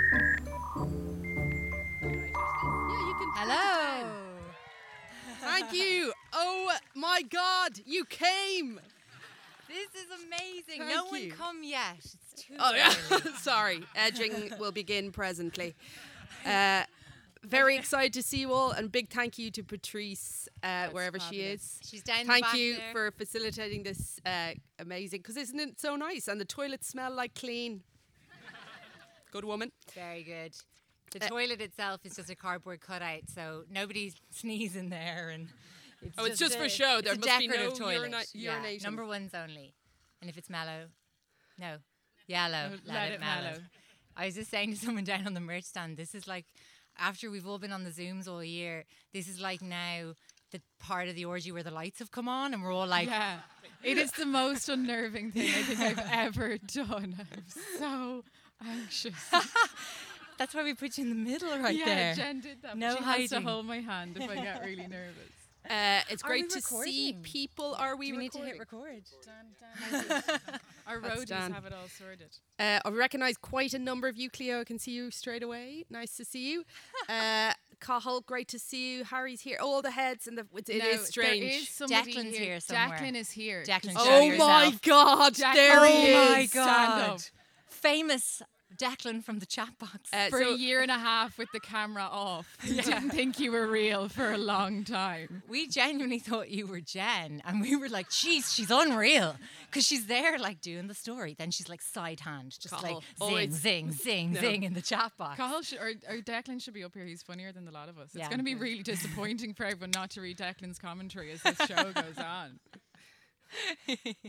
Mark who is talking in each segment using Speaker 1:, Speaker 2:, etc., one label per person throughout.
Speaker 1: Thank you. Oh my God, you came.
Speaker 2: This is amazing.
Speaker 1: Thank
Speaker 2: no one
Speaker 1: you.
Speaker 2: come yet. It's too
Speaker 1: Oh yeah.
Speaker 2: early.
Speaker 1: Sorry, edging will begin presently. Uh, very excited to see you all, and big thank you to Patrice uh, wherever she
Speaker 2: fabulous.
Speaker 1: is.
Speaker 2: She's down the
Speaker 1: Thank
Speaker 2: back
Speaker 1: you
Speaker 2: there.
Speaker 1: for facilitating this uh, amazing. Because isn't it so nice? And the toilets smell like clean. Good woman.
Speaker 2: Very good. The toilet itself is just a cardboard cutout, so nobody's sneezing there, and it's
Speaker 1: Oh, it's just for
Speaker 2: a-
Speaker 1: show.
Speaker 2: it's
Speaker 1: There
Speaker 2: a
Speaker 1: must be
Speaker 2: decorative
Speaker 1: no
Speaker 2: toilet.
Speaker 1: urina-
Speaker 2: Yeah,
Speaker 1: urinations.
Speaker 2: Number ones only, and if it's mellow, no, yellow, let, it mellow. I was just saying to someone down on the merch stand, this is like after we've all been on the zooms all year. This is like now the part of the orgy where the lights have come on, and we're all like,
Speaker 3: Yeah. It is the most unnerving thing I think I've ever done. I'm so anxious.
Speaker 2: "That's why we put you in the middle right
Speaker 3: yeah,
Speaker 2: there."
Speaker 3: Jen did that. but
Speaker 2: No
Speaker 3: she has to
Speaker 2: hiding.
Speaker 3: hold my hand if I get really nervous.
Speaker 1: Uh, it's
Speaker 4: Are
Speaker 1: great
Speaker 4: we
Speaker 1: to see
Speaker 4: recording?
Speaker 1: people. Are we,
Speaker 4: Do we need to
Speaker 1: recording?
Speaker 4: hit record?
Speaker 3: Our
Speaker 1: That's
Speaker 3: roadies
Speaker 1: Dan.
Speaker 3: have it all sorted.
Speaker 1: Uh, I recognise quite a number of you, Cleo. I can see you straight away. Nice to see you. Uh, Cahill, great to see you. Harry's here. All the heads and the it it
Speaker 3: No,
Speaker 1: is strange.
Speaker 3: There is somebody
Speaker 2: Declan's
Speaker 3: here.
Speaker 2: here somewhere.
Speaker 3: Declan is here.
Speaker 2: Declan,
Speaker 3: 'cause
Speaker 2: show
Speaker 1: oh
Speaker 3: Declan-
Speaker 2: yourself.
Speaker 1: my God!
Speaker 3: Jack-
Speaker 1: There he
Speaker 3: Oh
Speaker 1: is.
Speaker 3: my God.
Speaker 2: Famous Declan from the chat box.
Speaker 1: Uh,
Speaker 3: For
Speaker 1: so-
Speaker 3: a year and a half with the camera off, you didn't think you were real for a long time.
Speaker 2: we genuinely thought you were Jen, and we were like, "Jeez, she's unreal," because she's there like doing the story, then she's like side hand, just like
Speaker 1: Cahill,
Speaker 2: zing,
Speaker 1: always-
Speaker 2: zing, zing, zing in the chat box.
Speaker 3: Cahill sh- or, or Declan should be up here. He's funnier than the lot of us. It's
Speaker 2: Yeah.
Speaker 3: going to be really disappointing for everyone not to read Declan's commentary as this show goes on.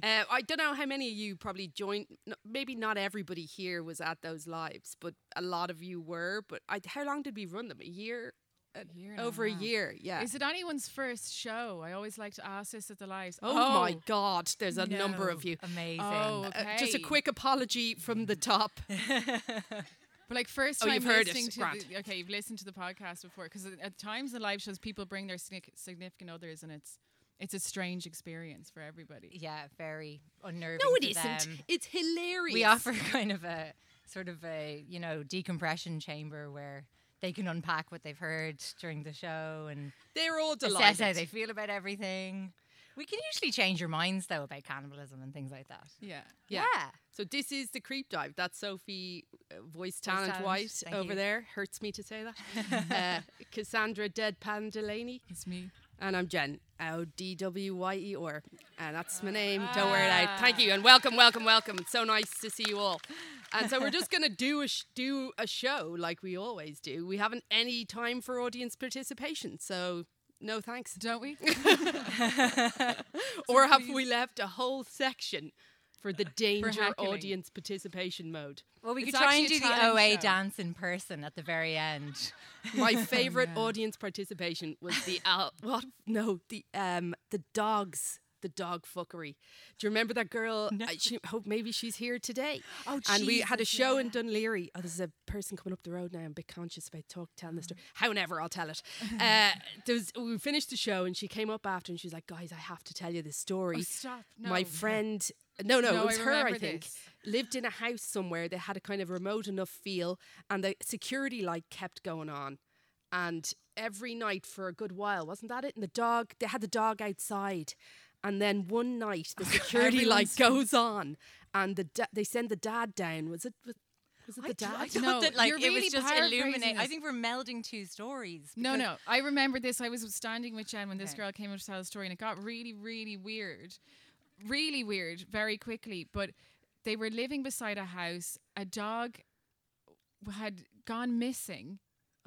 Speaker 1: Uh, I don't know how many of you probably joined. n- Maybe not everybody here was at those lives, but a lot of you were. But I, how long did we run them? A year,
Speaker 3: year and a
Speaker 1: over a
Speaker 3: half.
Speaker 1: year. Oh, Yeah.
Speaker 3: Is it anyone's first show? I always like to ask this at the lives.
Speaker 1: oh, my God! There's a number of
Speaker 2: No,
Speaker 1: you.
Speaker 2: Amazing.
Speaker 3: Oh, okay.
Speaker 1: Uh, just a quick apology from the top.
Speaker 3: But like first
Speaker 1: Oh,
Speaker 3: time
Speaker 1: you've heard it,
Speaker 3: listening
Speaker 1: grand.
Speaker 3: to the, okay, you've listened to the podcast before because at times the live shows people bring their signic- significant others and it's it's a strange experience for everybody.
Speaker 2: Yeah, very unnerving.
Speaker 1: No, it
Speaker 2: for
Speaker 1: isn't.
Speaker 2: them.
Speaker 1: It's hilarious.
Speaker 2: We offer kind of a sort of a you know decompression chamber where they can unpack what they've heard during the show and
Speaker 1: They're all
Speaker 2: assess
Speaker 1: delighted.
Speaker 2: how they feel about everything. We can usually change your minds though about cannibalism and things like that.
Speaker 3: Yeah.
Speaker 1: Yeah. So this is the creep dive. That's Sophie, uh, voice talent,
Speaker 2: talent.
Speaker 1: White
Speaker 2: Thank
Speaker 1: over
Speaker 2: you.
Speaker 1: there. Hurts me to say that. uh, Cassandra Deadpan Delaney,
Speaker 3: It's me.
Speaker 1: and I'm Jen. O D W Y E or, and that's my name. Don't worry about it. Thank you and welcome, welcome, welcome. It's so nice to see you all. And so we're just gonna do a sh- do a show like we always do. We haven't any time for audience participation, so no thanks.
Speaker 3: Don't we?
Speaker 1: or have we left a whole section for the danger
Speaker 3: heckling.
Speaker 1: audience participation mode?
Speaker 2: Well, we
Speaker 3: It's
Speaker 2: could try and
Speaker 3: actually
Speaker 2: do
Speaker 3: a
Speaker 2: the
Speaker 3: talent
Speaker 2: OA
Speaker 3: show.
Speaker 2: dance in person at the very end.
Speaker 1: My
Speaker 3: Oh,
Speaker 1: favorite audience participation was the al- what? No, the um the dogs. The dog fuckery. Do you remember that girl? I she, hope maybe she's here today. Oh, and we had a show in Dunleary. Oh, there's a person coming up the road now. I'm a bit conscious about talk telling the story.
Speaker 3: Mm-hmm.
Speaker 1: However, I'll tell it. Uh, there was, we finished the show, and she came up after, and she was like, "Guys, I have to tell you this story.
Speaker 3: Oh, stop.
Speaker 1: My
Speaker 3: No.
Speaker 1: friend, no, no,
Speaker 3: No,
Speaker 1: it
Speaker 3: I
Speaker 1: was her. I
Speaker 3: remember
Speaker 1: think
Speaker 3: this.
Speaker 1: lived in a house somewhere that had a kind of remote enough feel, and the security light kept going on. And every night for a good while, wasn't that it? And the dog, they had the dog outside. And then one night, the security light goes on, and the da- they send the dad down. Was it? Was, was it the dad?
Speaker 2: I thought
Speaker 3: No,
Speaker 2: that like
Speaker 3: you're
Speaker 2: it
Speaker 3: really
Speaker 2: was just
Speaker 3: paraphrasing
Speaker 2: illuminating. I
Speaker 3: this.
Speaker 2: think we're melding two stories.
Speaker 3: No,
Speaker 2: because-
Speaker 3: no. I remember this. I was standing with Jen when this
Speaker 2: Okay.
Speaker 3: girl came up to tell the story, and it got really, really weird. Really weird very quickly. But they were living beside a house. A dog had gone missing.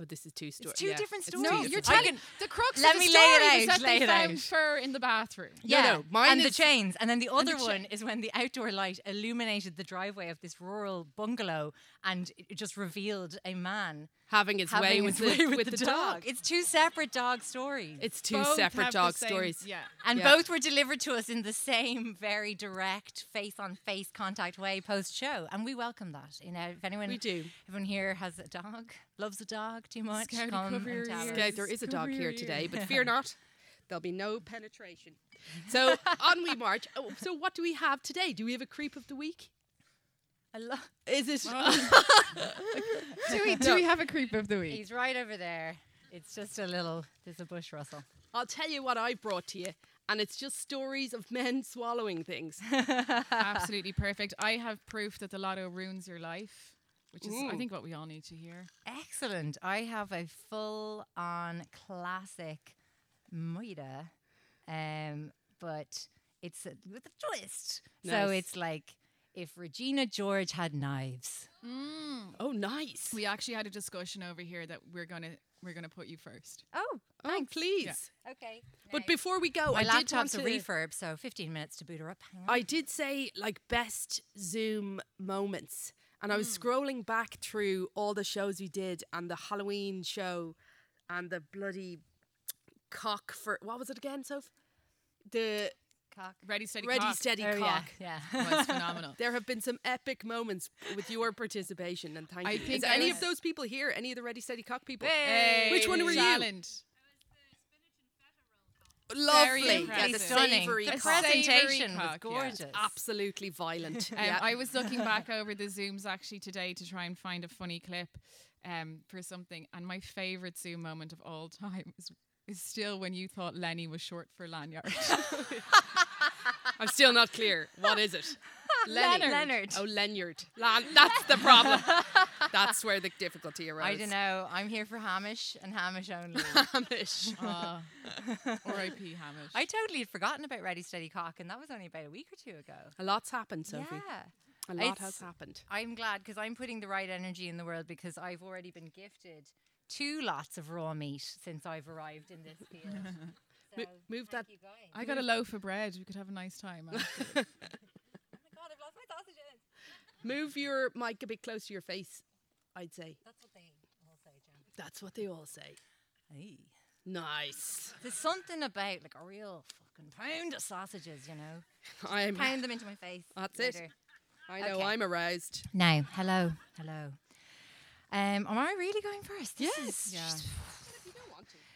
Speaker 1: oh, this is two stories.
Speaker 2: two different
Speaker 1: it's
Speaker 2: No,
Speaker 1: two
Speaker 2: stories.
Speaker 1: different
Speaker 2: I
Speaker 1: stories.
Speaker 2: telling- can-
Speaker 3: the crux
Speaker 2: let
Speaker 3: of the
Speaker 2: me lay
Speaker 3: story
Speaker 2: it
Speaker 3: is
Speaker 2: out,
Speaker 3: that
Speaker 2: lay
Speaker 3: they
Speaker 2: it
Speaker 3: found
Speaker 2: out.
Speaker 3: fur in the bathroom.
Speaker 2: Yeah,
Speaker 1: no, mine
Speaker 2: and the
Speaker 1: is-
Speaker 2: chains, and then the other
Speaker 3: cha-
Speaker 2: one is when the outdoor light illuminated the driveway of this rural bungalow, and it just revealed a man
Speaker 1: having its
Speaker 2: having
Speaker 1: way with,
Speaker 2: his way
Speaker 1: the,
Speaker 2: with,
Speaker 1: with
Speaker 2: the, dog. It's two separate dog stories,
Speaker 1: It's two
Speaker 3: Both
Speaker 1: separate
Speaker 3: have the
Speaker 1: dog
Speaker 3: same-
Speaker 1: stories.
Speaker 3: Yeah.
Speaker 2: and
Speaker 1: yeah.
Speaker 2: both were delivered to us in the same very direct, face-on-face contact way post show, and we welcome that. You know, if anyone
Speaker 1: We do.
Speaker 2: everyone here has a dog, loves a dog too much,
Speaker 3: Scouty
Speaker 2: come
Speaker 3: cover
Speaker 2: and
Speaker 3: your
Speaker 2: tell us.
Speaker 3: ears.
Speaker 1: Okay, there is a dog here
Speaker 3: Career.
Speaker 1: today, but fear not, there'll be no penetration. So on we march. Oh, so what do we have today? Do we have a creep of the week?
Speaker 2: I lo-
Speaker 1: Is it?
Speaker 3: do we do we have a creep of the week?
Speaker 2: He's right over there. It's just a little, there's a bush rustle.
Speaker 1: I'll tell you what I've brought to you, and it's just stories of men swallowing things.
Speaker 3: Absolutely perfect. I have proof that the lotto ruins your life, which is, I think, what we all need to hear.
Speaker 2: Excellent. I have a full on classic Moira, um, but it's a, with a twist. So
Speaker 1: Nice.
Speaker 2: it's like if Regina George had knives.
Speaker 1: Oh, nice.
Speaker 3: We actually had a discussion over here that we're gonna we're gonna put you first.
Speaker 2: Oh,
Speaker 1: oh, please.
Speaker 2: okay.
Speaker 1: But before we go,
Speaker 2: my
Speaker 1: I did want
Speaker 2: laptop's
Speaker 1: to Oh,
Speaker 2: a refurb, so 15 minutes to boot her up. Hang on.
Speaker 1: I did say like best Zoom moments. And I
Speaker 3: Mm.
Speaker 1: was scrolling back through all the shows we did and the Halloween show and the bloody cock for what was it again, Soph? The
Speaker 2: Cock.
Speaker 3: Ready, steady,
Speaker 1: Ready
Speaker 3: cock
Speaker 1: Steady
Speaker 2: Oh, yeah,
Speaker 1: Cock.
Speaker 2: yeah.
Speaker 3: was phenomenal.
Speaker 1: There have been some epic moments with your participation and thank
Speaker 3: I
Speaker 1: you.
Speaker 3: think
Speaker 1: Is
Speaker 3: I
Speaker 1: any
Speaker 3: was-
Speaker 1: of those people here? Any of the Ready Steady Cock people?
Speaker 2: Hey.
Speaker 1: Which one were you?
Speaker 3: Challenge. very
Speaker 1: Lovely. Yeah, the
Speaker 3: impressive.
Speaker 2: stunning.
Speaker 1: savoury
Speaker 2: The
Speaker 1: cock.
Speaker 3: press-
Speaker 2: presentation
Speaker 3: Savoury
Speaker 2: was
Speaker 3: cock, yeah.
Speaker 2: gorgeous.
Speaker 1: Absolutely violent.
Speaker 3: Um,
Speaker 1: yeah.
Speaker 3: I was looking back over the Zooms actually today to try and find a funny clip um, for something, and my favorite Zoom moment of all time is, is still when you thought Lenny was short for lanyard.
Speaker 1: I'm still not clear. What is it? Leonard.
Speaker 2: Leonard.
Speaker 1: Oh, Leonard. Lan- that's the problem. that's where the difficulty arose.
Speaker 2: I don't know. I'm here for Hamish and Hamish only.
Speaker 1: Hamish.
Speaker 3: uh, R.I.P. Hamish.
Speaker 2: I totally had forgotten about Ready Steady Cock, and that was only about a week or two ago.
Speaker 1: A lot's happened, Sophie.
Speaker 2: Yeah.
Speaker 1: A lot
Speaker 2: It's-
Speaker 1: has happened.
Speaker 2: I'm glad because I'm putting the right energy in the world because I've already been gifted two lots of raw meat since I've arrived in this field. So,
Speaker 1: Mo- move
Speaker 2: thank
Speaker 1: that-
Speaker 2: you guys.
Speaker 3: I got a loaf of bread. We could have a nice time. after.
Speaker 2: Oh my God, I've lost my sausages.
Speaker 1: Move your mic a bit close to your face, I'd say.
Speaker 2: That's what they all say, Jen.
Speaker 1: That's what they all say. Nice.
Speaker 2: There's something about like a real fucking pound of sausages, you know.
Speaker 1: I'm.
Speaker 2: Pound them into my face.
Speaker 1: That's it.
Speaker 2: later.
Speaker 1: I know.
Speaker 2: okay.
Speaker 1: I'm aroused.
Speaker 2: Now, hello, hello. Um, am I really going first? This is-
Speaker 3: Yes.
Speaker 2: yeah.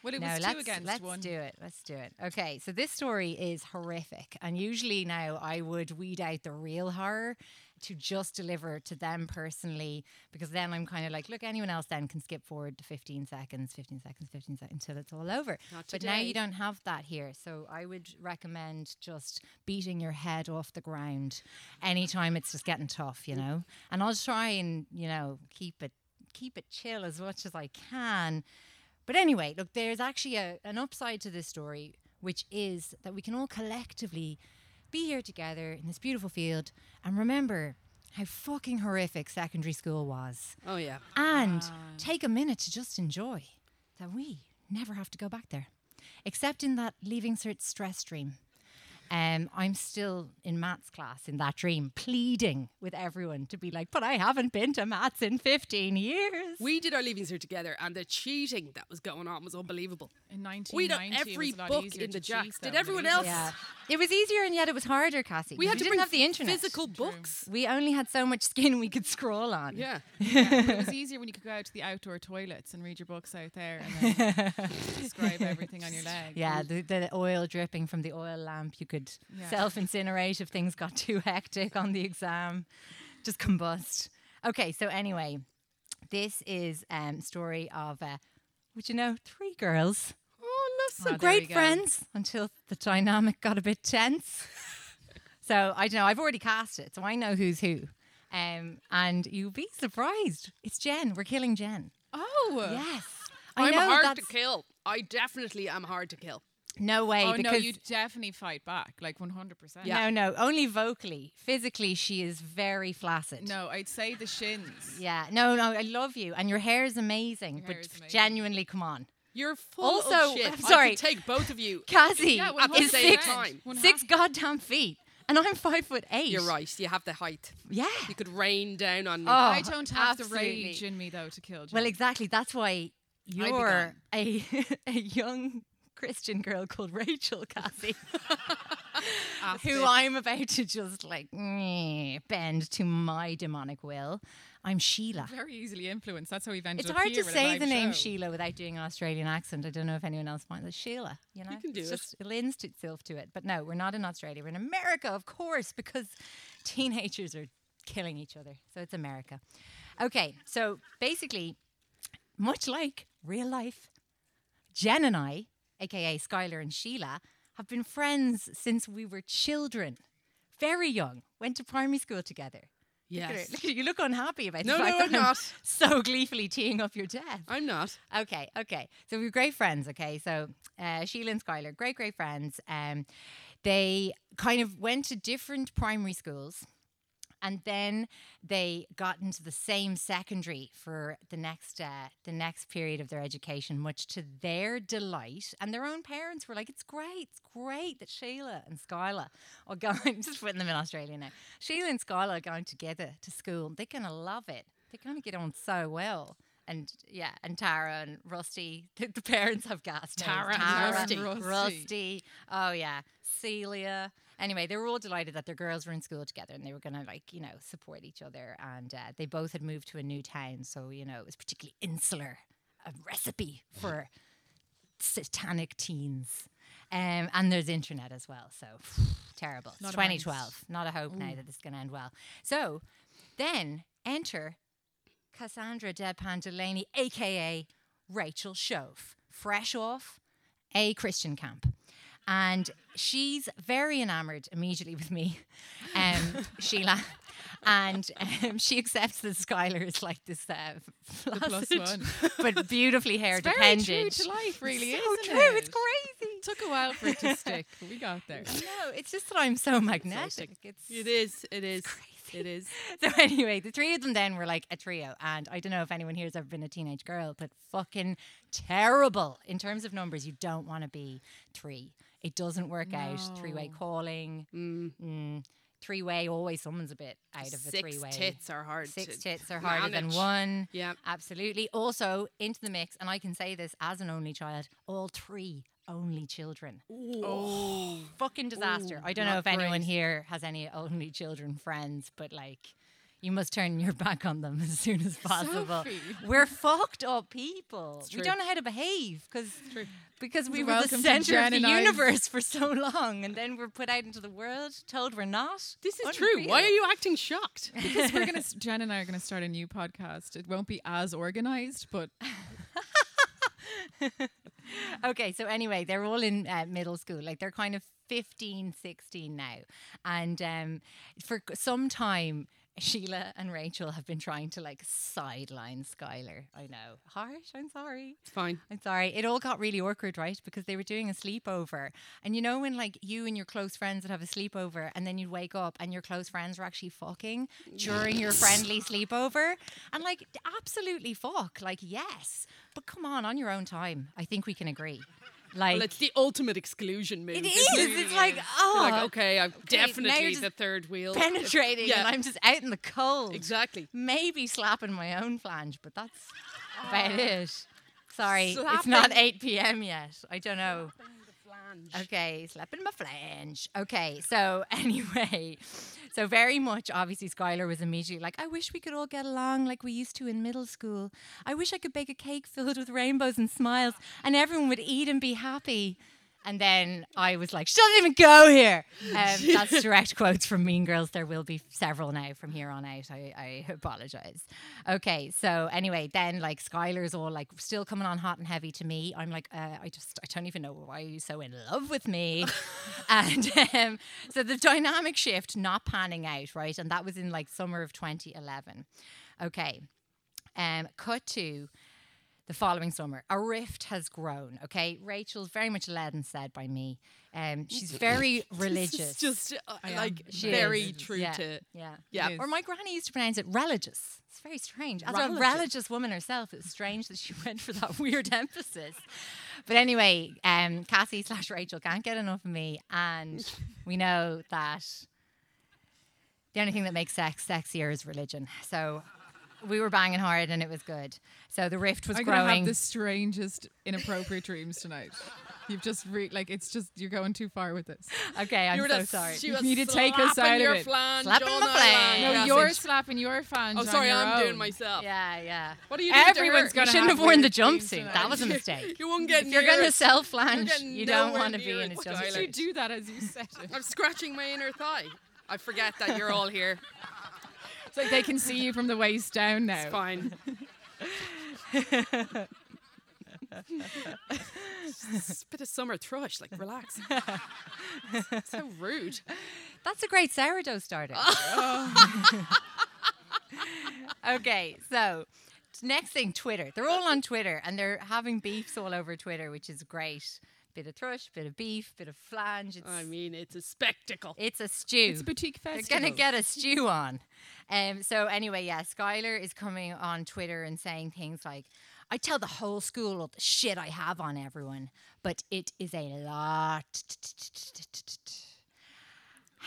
Speaker 3: well, it
Speaker 2: No,
Speaker 3: was
Speaker 2: let's,
Speaker 3: two against
Speaker 2: let's
Speaker 3: one.
Speaker 2: do it. Let's do it. Okay, so this story is horrific, and usually now I would weed out the real horror to just deliver to them personally, because then I'm kind of like, look, anyone else then can skip forward to 15 seconds, 15 seconds, 15 seconds until it's all over.
Speaker 1: Not
Speaker 2: but now
Speaker 1: today.
Speaker 2: you don't have that here, so I would recommend just beating your head off the ground anytime it's just getting tough, you know. And I'll try and you know keep it keep it chill as much as I can. But anyway, look, there's actually a, an upside to this story, which is that we can all collectively be here together in this beautiful field and remember how fucking horrific secondary school was
Speaker 1: Oh, yeah.
Speaker 2: and take a minute to just enjoy that we never have to go back there, except in that leaving cert stress dream. Um, I'm still in maths class in that dream, pleading with everyone to be like, but I haven't been to maths in 15 years.
Speaker 1: We did our leavings here together, and the cheating that was going on was unbelievable.
Speaker 3: In
Speaker 1: We had
Speaker 3: 1990,
Speaker 1: every
Speaker 3: it was a lot
Speaker 1: book
Speaker 3: easier
Speaker 1: in
Speaker 3: to
Speaker 1: the jacks.
Speaker 3: cheat
Speaker 1: Did
Speaker 3: than
Speaker 1: everyone
Speaker 3: it is
Speaker 1: else?
Speaker 2: yeah, it was easier and yet it was harder, Cassie. 'cause
Speaker 1: We had to
Speaker 2: didn't
Speaker 1: bring
Speaker 2: have the internet.
Speaker 1: physical books.
Speaker 2: We only had so much skin we could scroll on.
Speaker 1: Yeah.
Speaker 3: It was easier when you could go out to the outdoor toilets and read your books out there and then describe everything on your leg.
Speaker 2: Yeah, the, the oil dripping from the oil lamp. You could
Speaker 3: Yeah.
Speaker 2: self incinerate if things got too hectic on the exam, just combust. Okay, so anyway, this is um, story of, uh, would you know, three girls.
Speaker 1: Oh,
Speaker 2: So
Speaker 1: listen.
Speaker 3: there we
Speaker 2: great
Speaker 3: go.
Speaker 2: friends until the dynamic got a bit tense. so I don't know. I've already cast it, so I know who's who. Um, and you'll be surprised. It's Jen. We're killing Jen.
Speaker 3: Oh.
Speaker 2: Yes. I
Speaker 1: I'm
Speaker 2: know
Speaker 1: hard to
Speaker 2: that's-
Speaker 1: kill. I definitely am hard to kill.
Speaker 2: No way.
Speaker 3: Oh
Speaker 2: because
Speaker 3: no, you definitely fight back, like one hundred percent.
Speaker 2: No, no, only vocally. Physically, she is very flaccid.
Speaker 3: No, I'd say the shins.
Speaker 2: Yeah, no, no, I love you. And your hair is amazing,
Speaker 3: hair
Speaker 2: but
Speaker 3: is amazing.
Speaker 2: genuinely, come on.
Speaker 1: You're full
Speaker 2: Also,
Speaker 1: of Oh, shit.
Speaker 2: I'm
Speaker 1: I could
Speaker 2: sorry.
Speaker 1: take both of you.
Speaker 2: Cassie
Speaker 3: Yeah,
Speaker 1: at the
Speaker 2: is
Speaker 1: same
Speaker 2: six,
Speaker 1: time.
Speaker 3: One
Speaker 2: six
Speaker 3: half.
Speaker 2: goddamn feet, and I'm five foot eight.
Speaker 1: You're right. You have the height.
Speaker 2: Yeah.
Speaker 1: You could rain down on me.
Speaker 2: Oh,
Speaker 3: I don't have the
Speaker 2: absolutely.
Speaker 3: rage in me though to kill. Jen.
Speaker 2: Well, exactly. That's why
Speaker 3: be
Speaker 2: you're a, a young Christian girl called Rachel Cassie, who I'm about to just like nyeh, bend to my demonic will. I'm Sheila.
Speaker 3: very easily influenced. That's how we've ended
Speaker 2: It's
Speaker 3: up
Speaker 2: hard
Speaker 3: here
Speaker 2: to
Speaker 3: with a
Speaker 2: say
Speaker 3: live
Speaker 2: the name
Speaker 3: show.
Speaker 2: Sheila without doing an Australian accent. I don't know if anyone else finds it. Sheila, you know,
Speaker 1: can do
Speaker 2: it's
Speaker 1: it.
Speaker 2: just it lends itself to it. But no, we're not in Australia. We're in America, of course, because teenagers are killing each other. So it's America. Okay, so basically, much like real life, Jen and I, aka Skylar and Sheila, have been friends since we were children, very young. Went to primary school together. Look at her.
Speaker 1: Yes.
Speaker 2: Look at her. you look unhappy about
Speaker 1: No,
Speaker 2: the fact
Speaker 1: no,
Speaker 2: that
Speaker 1: I'm not.
Speaker 2: so gleefully teeing up your death.
Speaker 1: I'm not.
Speaker 2: Okay, okay. So we were great friends. Okay, so uh, Sheila and Skylar, great, great friends. Um, they kind of went to different primary schools, and then they got into the same secondary for the next uh, the next period of their education, much to their delight. And their own parents were like, "It's great, it's great that Sheila and Skylar are going." just putting them in Australia now. Sheila and Skylar are going together to school. They're gonna love it. They're gonna get on so well. And yeah, and Tara and Rusty, the, the parents have gas. names.
Speaker 3: Tara and
Speaker 1: Rusty.
Speaker 3: Rusty.
Speaker 2: Rusty. Oh yeah, Celia. Anyway, they were all delighted that their girls were in school together and they were going to like you know support each other. And uh, they both had moved to a new town, so you know it was particularly insular, a recipe for satanic teens. Um, and there's internet as well, so terrible. It's
Speaker 3: Lot of
Speaker 2: 2012. Not a hope now that this is going to end well. So then enter Cassandra Deadpan Delaney, aka Rachel Shove, fresh off a Christian camp. And she's very enamored immediately with me, um, Sheila. And um, she accepts that Skylar is like this uh,
Speaker 3: plus
Speaker 2: flaccid
Speaker 3: one.
Speaker 2: but beautifully hair
Speaker 3: Very
Speaker 2: dependent.
Speaker 3: true to life, really,
Speaker 2: so
Speaker 3: isn't
Speaker 2: true.
Speaker 3: it?
Speaker 2: It's crazy.
Speaker 3: Took a while for it to stick, but we got there.
Speaker 2: No, it's just that I'm so magnetic.
Speaker 1: sick.
Speaker 2: It's,
Speaker 1: It is. It is.
Speaker 2: crazy.
Speaker 1: It is.
Speaker 2: So anyway, the three of them then were like a trio, and I don't know if anyone here's ever been a teenage girl, but fucking terrible in terms of numbers. You don't want to be three. It doesn't work out. Three way calling. Mm. Three way always someone's a bit out of the
Speaker 1: Six
Speaker 2: three way.
Speaker 1: tits are hard.
Speaker 2: Six
Speaker 1: to
Speaker 2: tits are harder
Speaker 1: manage.
Speaker 2: than one.
Speaker 1: Yeah.
Speaker 2: Absolutely. Also, into the mix, and I can say this as an only child, all three only children.
Speaker 1: Oh.
Speaker 2: Fucking disaster.
Speaker 1: Ooh,
Speaker 2: I don't know
Speaker 1: not
Speaker 2: if anyone
Speaker 1: great.
Speaker 2: here has any only children friends, but like, you must turn your back on them as soon as possible.
Speaker 3: Sophie.
Speaker 2: We're fucked up people. We
Speaker 1: true.
Speaker 2: don't know how to behave because because we were the
Speaker 3: Welcome to
Speaker 2: center of
Speaker 3: Jen
Speaker 2: the
Speaker 3: and I's-
Speaker 2: universe for so long, and then we're put out into the world, told we're not.
Speaker 1: This is true. Why are
Speaker 2: Unreal.
Speaker 1: you acting shocked?
Speaker 3: Because we're gonna, s- Jen and I are gonna start a new podcast. It won't be as organized, but
Speaker 2: Okay, so anyway, they're all in uh, middle school. Like they're kind of 15, 16 now. And um, for c- some time, Sheila and Rachel have been trying to like sideline Skylar. I know. Harsh, I'm sorry.
Speaker 1: It's fine.
Speaker 2: I'm sorry. It all got really awkward, right? Because they were doing a sleepover. And you know when like you and your close friends would have a sleepover and then you'd wake up and your close friends were actually fucking during your friendly sleepover? And like absolutely fuck. Like yes. But come on, on your own time. I think we can agree. Like
Speaker 1: Well, it's the ultimate exclusion move.
Speaker 2: it
Speaker 1: isn't
Speaker 2: is. It's like oh
Speaker 1: You're like, okay, I'm
Speaker 2: now you're
Speaker 1: definitely
Speaker 2: just
Speaker 1: the third wheel.
Speaker 2: penetrating
Speaker 1: Yeah.
Speaker 2: and I'm just out in the cold.
Speaker 1: Exactly.
Speaker 2: Maybe slapping my own flange, but that's about it. Sorry, it's
Speaker 1: Ah. Slapping-
Speaker 2: not 8 p.m. yet. I don't know.
Speaker 1: Flange.
Speaker 2: Okay, slapping my flange. Okay, so anyway, so very much obviously Skylar was immediately like, I wish we could all get along like we used to in middle school. I wish I could bake a cake filled with rainbows and smiles and everyone would eat and be happy. And then I was like, she doesn't even go here. Um, that's direct quotes from Mean Girls. There will be several now from here on out. I, I apologize. Okay, so anyway, then like Skylar's all like still coming on hot and heavy to me. I'm like, uh, I just, I don't even know why you're so in love with me. and um, so the dynamic shift not panning out, right? And that was in like summer of 2011. Okay, um, cut to the following summer, a rift has grown. Okay, Rachel's very much led and said by me. Um, she's very
Speaker 1: This
Speaker 2: religious.
Speaker 1: is just uh,
Speaker 3: am
Speaker 1: like
Speaker 2: She
Speaker 1: very
Speaker 2: is.
Speaker 1: true
Speaker 2: yeah.
Speaker 1: to.
Speaker 2: yeah,
Speaker 1: Yeah.
Speaker 2: Or my granny used to pronounce it religious. It's very strange. As a
Speaker 1: Religious.
Speaker 2: religious woman herself, it's strange that she went for that weird emphasis. But anyway, um, Cassie slash Rachel can't get enough of me, and we know that the only thing that makes sex sexier is religion. So. We were banging hard and it was good. So the rift was
Speaker 3: I'm
Speaker 2: growing.
Speaker 3: gonna have the strangest, inappropriate dreams tonight. You've just re- like it's just you're going too far with this.
Speaker 2: Okay, I'm
Speaker 1: You were
Speaker 2: so
Speaker 1: just-
Speaker 2: sorry.
Speaker 1: she
Speaker 3: You
Speaker 1: was
Speaker 3: need to take
Speaker 1: slapping
Speaker 3: us out
Speaker 1: your
Speaker 3: of it.
Speaker 1: Flange
Speaker 2: Slapping
Speaker 1: on
Speaker 2: my
Speaker 1: our
Speaker 2: flange.
Speaker 3: No,
Speaker 1: line.
Speaker 2: Yeah.
Speaker 3: you're
Speaker 1: Message.
Speaker 3: slapping your fans.
Speaker 1: Oh, sorry,
Speaker 3: on your
Speaker 1: I'm
Speaker 3: own.
Speaker 1: doing myself.
Speaker 2: Yeah, yeah.
Speaker 1: What are you doing to
Speaker 3: Everyone's
Speaker 1: her?
Speaker 3: gonna
Speaker 2: You shouldn't
Speaker 3: have
Speaker 2: have worn the
Speaker 3: weird dreams
Speaker 2: jumpsuit.
Speaker 3: tonight.
Speaker 2: That was a mistake.
Speaker 1: You won't get
Speaker 2: if you're
Speaker 1: near
Speaker 2: going to
Speaker 1: it.
Speaker 2: self flange,
Speaker 1: getting
Speaker 2: you don't
Speaker 1: nowhere
Speaker 2: want to
Speaker 1: near
Speaker 2: be in
Speaker 1: it,
Speaker 2: a
Speaker 1: Skylar.
Speaker 2: jumpsuit.
Speaker 3: Did you do that as you said it?
Speaker 1: I'm scratching my inner thigh. I forget that you're all here.
Speaker 3: It's like they can see you from the waist down now.
Speaker 1: It's fine. It's a bit of summer thrush, like relax. so rude.
Speaker 2: That's a great sourdough starter. Oh. okay, so t- next thing, Twitter. They're all on Twitter and they're having beefs all over Twitter, which is great. Bit of thrush, bit of beef, bit of flange. It's,
Speaker 1: I mean, it's a spectacle.
Speaker 2: it's a stew.
Speaker 3: It's a boutique
Speaker 2: They're
Speaker 3: festival.
Speaker 2: going to get a stew on. Um, so, anyway, yeah, Skylar is coming on Twitter and saying things like, I tell the whole school all the shit I have on everyone, but it is a lot.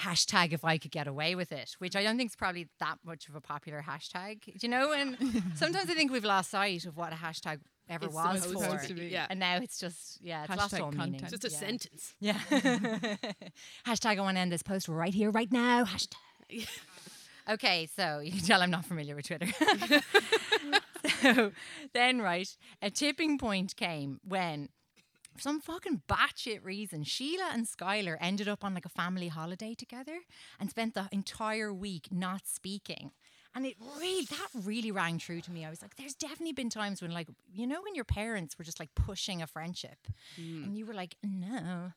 Speaker 2: Hashtag if I could get away with it, which I don't think is probably that much of a popular hashtag, you know. And sometimes I think we've lost sight of what a hashtag ever
Speaker 1: It's
Speaker 2: was
Speaker 1: supposed
Speaker 2: for,
Speaker 1: to be, yeah.
Speaker 2: and now it's just yeah, it's lost
Speaker 3: Hashtag
Speaker 2: all meaning.
Speaker 3: content.
Speaker 1: Just a
Speaker 2: yeah.
Speaker 1: sentence.
Speaker 2: Yeah. Hashtag I want to end this post right here, right now. Hashtag. okay, so you can tell I'm not familiar with Twitter. so then, right, a tipping point came when. For some fucking batshit reason, Sheila and Skylar ended up on like a family holiday together and spent the entire week not speaking. And it really, that really rang true to me. I was like, there's definitely been times when, like, you know, when your parents were just like pushing a friendship and you were like, no,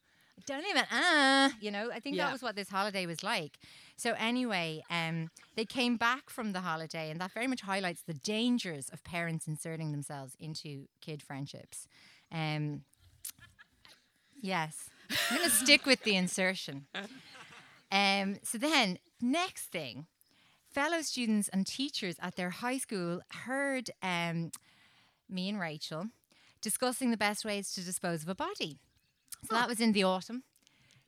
Speaker 2: don't even, uh, you know, I think
Speaker 1: Yeah.
Speaker 2: that was what this holiday was like. So, anyway, um, they came back from the holiday, and that very much highlights the dangers of parents inserting themselves into kid friendships. Um, yes, I'm going to stick with the insertion. Um, so then, next thing, fellow students and teachers at their high school heard um, me and Rachel discussing the best ways to dispose of a body. So
Speaker 1: Oh.
Speaker 2: that was in the autumn.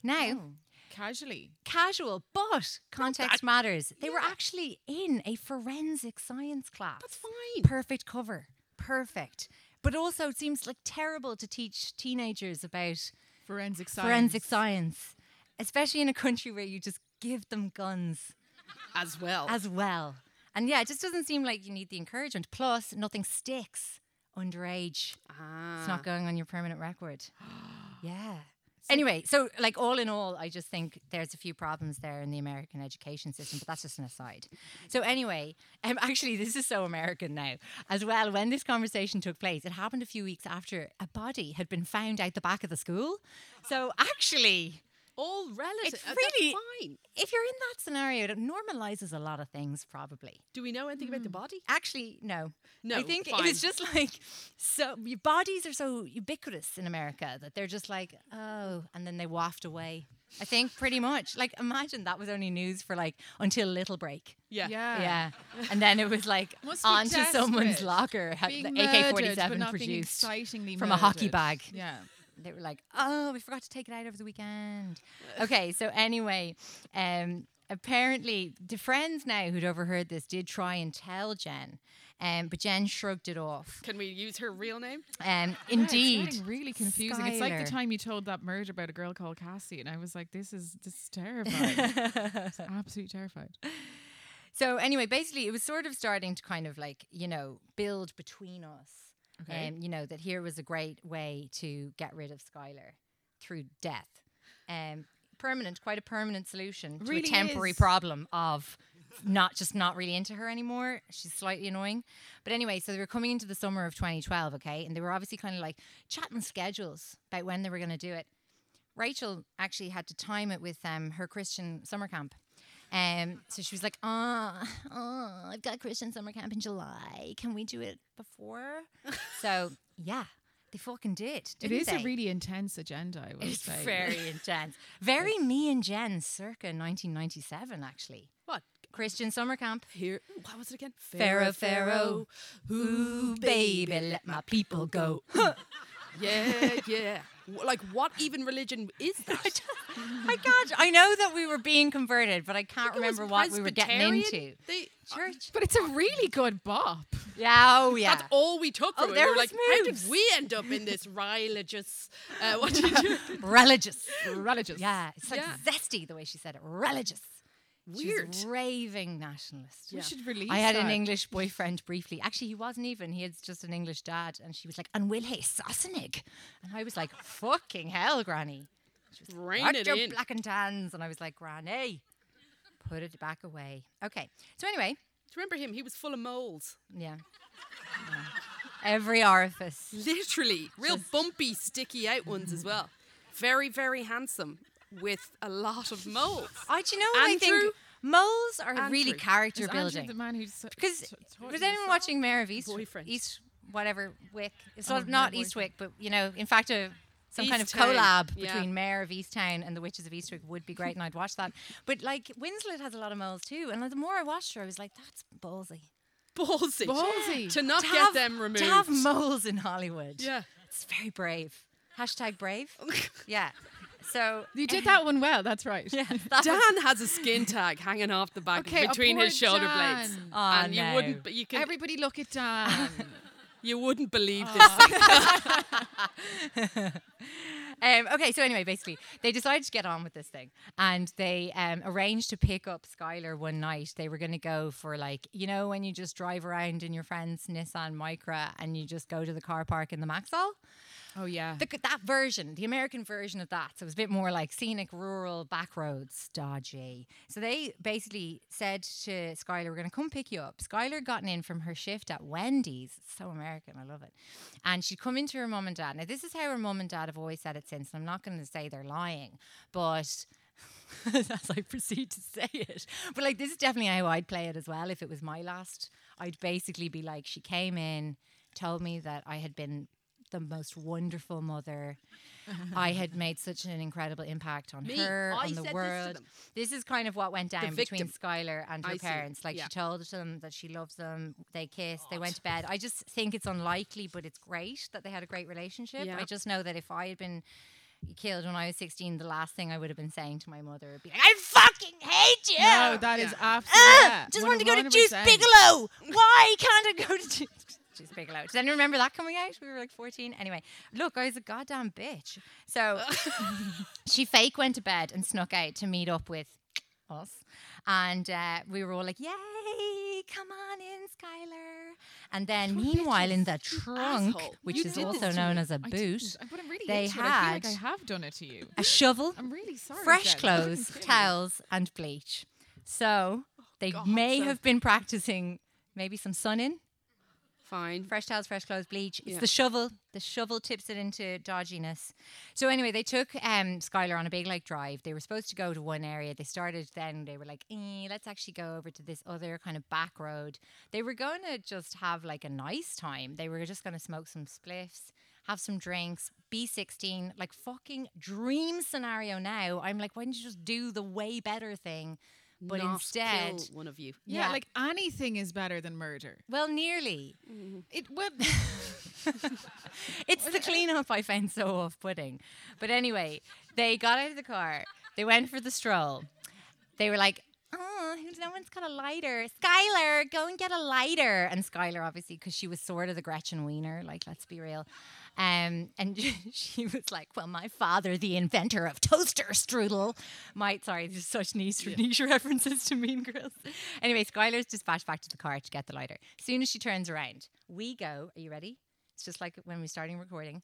Speaker 2: Now,
Speaker 3: Casually.
Speaker 2: casual, but context matters. They were actually in a forensic science class.
Speaker 1: That's fine.
Speaker 2: Perfect cover. Perfect. But also, it seems like terrible to teach teenagers about
Speaker 3: Forensic science.
Speaker 2: forensic science, especially in a country where you just give them guns
Speaker 1: As well.
Speaker 2: as well. And yeah, it just doesn't seem like you need the encouragement. Plus, nothing sticks underage.
Speaker 1: ah.
Speaker 2: It's not going on your permanent record. yeah. Anyway, so like all in all, I just think there's a few problems there in the American education system, but that's just an aside. So anyway, um, actually, this is so American now as well. When this conversation took place, it happened a few weeks after a body had been found out the back of the school. So actually,
Speaker 1: all relative.
Speaker 2: It's
Speaker 1: Uh,
Speaker 2: really-
Speaker 1: That's fine.
Speaker 2: if you're in that scenario, it normalizes a lot of things, probably.
Speaker 1: Do we know anything about
Speaker 2: Mm.
Speaker 1: the body?
Speaker 2: Actually, no. I
Speaker 1: No,
Speaker 2: think it
Speaker 1: fine.
Speaker 2: was just like so. Your bodies are so ubiquitous in America that they're just like oh, and then they waft away. I think pretty much. Like imagine that was only news for like until little break.
Speaker 1: Yeah.
Speaker 3: Yeah.
Speaker 2: Yeah, and then it was like
Speaker 3: Must be
Speaker 2: onto someone's
Speaker 3: desperate.
Speaker 2: locker, ha-
Speaker 3: Being
Speaker 2: the AK
Speaker 3: murdered, but
Speaker 2: forty-seven
Speaker 3: not being
Speaker 2: produced.
Speaker 3: excitingly
Speaker 2: from a hockey
Speaker 3: murdered.
Speaker 2: bag.
Speaker 3: Yeah.
Speaker 2: They were like, "Oh, we forgot to take it out over the weekend." okay, so anyway, um, apparently the friends now who'd overheard this did try and tell Jen, um, but Jen shrugged it off.
Speaker 1: Can we use her real name?
Speaker 2: Um,
Speaker 3: Yeah, it's
Speaker 2: indeed.
Speaker 3: getting really confusing. It's like
Speaker 2: Skylar.
Speaker 3: the time you told that murder about a girl called Cassie, and I was like, "This is this is terrifying. It's absolutely terrified."
Speaker 2: so anyway, basically, it was sort of starting to kind of like you know build between us.
Speaker 3: Okay.
Speaker 2: Um, you know that here was a great way to get rid of Skylar through death. Um, permanent, quite a permanent solution to a
Speaker 3: Really
Speaker 2: temporary
Speaker 3: is.
Speaker 2: problem of not just not really into her anymore. She's slightly annoying. But anyway, so they were coming into the summer of 2012, okay, and they were obviously kind of like chatting schedules about when they were going to do it. Rachel actually had to time it with um, her Christian summer camp. Um, so she was like, "Ah, oh, I've got Christian summer camp in July. Can we do it before?" so yeah, they fucking did.
Speaker 3: It
Speaker 2: Didn't
Speaker 3: is
Speaker 2: they?
Speaker 3: a really intense agenda. I would
Speaker 2: It's
Speaker 3: say.
Speaker 2: very intense. Very me and Jen circa 1997, actually.
Speaker 1: What?
Speaker 2: Christian summer camp.
Speaker 1: Here. What was it again?
Speaker 2: Pharaoh, Pharaoh,
Speaker 1: Ooh,
Speaker 2: who baby, let my people go.
Speaker 1: Yeah, yeah. W- Like, what even religion is that?
Speaker 2: Oh My God, I know that we were being converted, but I can't
Speaker 1: It was
Speaker 2: remember what we were getting
Speaker 1: Presbyterian.
Speaker 2: into.
Speaker 1: They-
Speaker 2: Church?
Speaker 3: But it's a really good bop.
Speaker 2: Yeah, oh yeah.
Speaker 1: That's all we took
Speaker 2: Oh,
Speaker 1: from it.
Speaker 2: there
Speaker 1: we were
Speaker 2: was
Speaker 1: like, how
Speaker 2: moves.
Speaker 1: did we end up in this religious? Uh, what did you?
Speaker 2: Religious.
Speaker 3: Religious.
Speaker 2: Yeah, it's like
Speaker 1: Yeah.
Speaker 2: zesty the way she said it. Religious.
Speaker 1: Weird.
Speaker 2: She's raving nationalist.
Speaker 3: We should release.
Speaker 2: I had
Speaker 3: that.
Speaker 2: an English boyfriend briefly. Actually, he wasn't even. He had just an English dad, and she was like, "And will he Sassenegg?" And I was like, "Fucking hell, Granny!
Speaker 1: Rein
Speaker 2: Watch
Speaker 1: it
Speaker 2: your
Speaker 1: in.
Speaker 2: black and tans." And I was like, "Granny, put it back away." Okay. So anyway,
Speaker 1: Do you remember him? He was full of moles.
Speaker 2: yeah. every orifice.
Speaker 1: Literally, real bumpy, sticky out ones as well. Very, very handsome with a lot of moles.
Speaker 2: Oh, do you know what I
Speaker 1: Andrew?
Speaker 2: think? Moles are really
Speaker 1: Andrew.
Speaker 2: character
Speaker 3: Is Andrew
Speaker 2: building.
Speaker 3: the man who's
Speaker 2: Because was anyone watching Mayor of East
Speaker 1: Boyfriend.
Speaker 2: East whatever Wick? It's
Speaker 3: Oh,
Speaker 2: not- not
Speaker 3: my
Speaker 2: Eastwick, but you know, in fact, a some kind of
Speaker 1: Easttown,
Speaker 2: collab
Speaker 1: yeah.
Speaker 2: between Mayor of Easttown and the Witches of Eastwick would be great, and I'd watch that. But like Winslet has a lot of moles too, and like, the more I watched her, I was like, that's ballsy.
Speaker 1: Ballsy.
Speaker 3: Ballsy.
Speaker 1: To not
Speaker 2: To
Speaker 1: get
Speaker 2: have-
Speaker 1: them removed.
Speaker 2: To have moles in Hollywood,
Speaker 1: yeah.
Speaker 2: it's very brave. Hashtag brave. yeah. So
Speaker 3: You did that one well. That's right.
Speaker 2: Yeah, that was-
Speaker 1: Dan has a skin tag hanging off the back
Speaker 3: Okay, oh,
Speaker 1: between his
Speaker 3: poor
Speaker 1: shoulder blades.
Speaker 3: Dan.
Speaker 2: Aw,
Speaker 1: and
Speaker 2: Ah, no.
Speaker 1: you wouldn't but you can
Speaker 3: Everybody look at Dan.
Speaker 1: you wouldn't believe
Speaker 2: Ah. Um, okay, so anyway, basically, they decided to get on with this thing, and they um, arranged to pick up Skylar one night. They were going to go for like you know when you just drive around in your friend's Nissan Micra and you just go to the car park in the Maxall.
Speaker 3: oh yeah.
Speaker 2: The, that version, the American version of that, so it was a bit more like scenic, rural, back roads, dodgy. So they basically said to Skylar, "We're going to come pick you up." Skylar gotten in from her shift at Wendy's. It's so American, I love it. And she'd come into her mum and dad. Now this is how her mum and dad have always said it since. And I'm not going to say they're lying, but. as I proceed to say it. But like this is definitely how I'd play it as well. If it was my last, I'd basically be like, she came in, told me that I had been the most wonderful mother. I had made such an incredible impact on
Speaker 1: Me,
Speaker 2: her,
Speaker 1: I
Speaker 2: on the
Speaker 1: said this to
Speaker 2: world.
Speaker 1: them.
Speaker 2: This, is kind of what went down
Speaker 1: victim.
Speaker 2: between Skylar and her
Speaker 1: I see.
Speaker 2: parents. Like
Speaker 1: Yeah.
Speaker 2: she told them that she loves them. They kissed. They went to bed. I just think it's unlikely, but it's great that they had a great relationship.
Speaker 1: Yeah.
Speaker 2: I just know that if I had been killed when I was 16, the last thing I would have been saying to my mother would be like, I fucking hate you.
Speaker 3: No, that is absolutely.
Speaker 2: Ugh,
Speaker 3: yeah,
Speaker 2: Ah! just wanted to go to
Speaker 3: 100%.
Speaker 2: Juice Bigelow. Why can't I go to Juice? Juice Bigelow. Does anyone remember that coming out? We were like 14. Anyway, look, I was a goddamn bitch. So she fake went to bed and snuck out to meet up with us. And uh, we were all like, yay, come on in, Skylar. And then, meanwhile, in the trunk,
Speaker 1: asshole.
Speaker 2: which
Speaker 1: You
Speaker 2: is
Speaker 1: did this
Speaker 2: also
Speaker 1: to
Speaker 2: known
Speaker 1: me.
Speaker 2: as a
Speaker 3: I
Speaker 2: boot,
Speaker 3: didn't. I, but I'm really
Speaker 2: They
Speaker 3: into it. I
Speaker 2: had-
Speaker 3: feel like I have done it to you.
Speaker 2: a shovel,
Speaker 3: I'm really sorry.
Speaker 2: fresh
Speaker 3: Jen. I
Speaker 2: clothes,
Speaker 3: didn't do it.
Speaker 2: towels, and bleach. So
Speaker 3: Oh,
Speaker 2: they may
Speaker 1: so-
Speaker 2: have been practicing maybe some sun in.
Speaker 1: Fine.
Speaker 2: Fresh towels, fresh clothes, bleach. It's
Speaker 1: Yeah.
Speaker 2: the shovel. The shovel tips it into dodginess. So anyway, they took um, Skylar on a big like drive. They were supposed to go to one area. They started then. They were like, eh, let's actually go over to this other kind of back road. They were going to just have like a nice time. They were just going to smoke some spliffs, have some drinks. B16, like fucking dream scenario. Now I'm like, why didn't you just do the way better thing? But
Speaker 1: Not
Speaker 2: instead,
Speaker 1: kill one of you.
Speaker 3: Yeah,
Speaker 2: Yeah.
Speaker 3: like anything is better than murder.
Speaker 2: well, nearly.
Speaker 3: It well,
Speaker 2: It's the cleanup I find so off putting. But anyway, they got out of the car. They went for the stroll. They were like, oh, who's- no one's got a lighter. Skylar, go and get a lighter. And Skylar, obviously, because she was sort of the Gretchen Wiener, like, let's be real. Um, and she was like, well, my father, the inventor of toaster strudel, might, sorry, there's such niche, niche references to Mean Girls. Anyway, Skylar's dispatched back to the car to get the lighter. As soon as she turns around, we go, are you ready? It's just like when we're starting recording.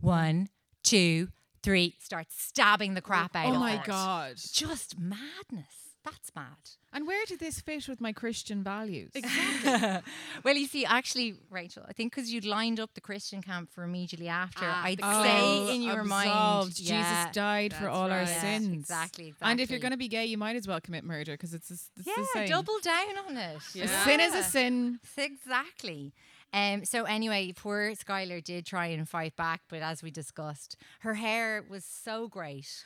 Speaker 2: One, two, three. Start stabbing the crap out
Speaker 3: oh
Speaker 2: of
Speaker 3: my
Speaker 2: her.
Speaker 3: god!
Speaker 2: Just madness. That's mad.
Speaker 3: And where did this fit with my Christian values?
Speaker 2: well, you see, actually, Rachel, I think because you'd lined up the Christian camp for immediately after,
Speaker 1: Ah,
Speaker 2: I'd
Speaker 1: because-
Speaker 2: say in your mind,
Speaker 3: absolved.
Speaker 2: yeah,
Speaker 3: Jesus died for
Speaker 1: that's
Speaker 3: all our
Speaker 1: right.
Speaker 2: yeah,
Speaker 3: sins.
Speaker 2: Exactly, exactly.
Speaker 3: And if you're going to be gay, you might as well commit murder because it's, the s- it's the
Speaker 2: yeah,
Speaker 3: same.
Speaker 2: double down on it.
Speaker 1: Yeah.
Speaker 3: A sin is a
Speaker 2: Yeah.
Speaker 3: sin.
Speaker 2: Exactly. Um, so anyway, poor Skylar did try and fight back, but as we discussed, her hair was so great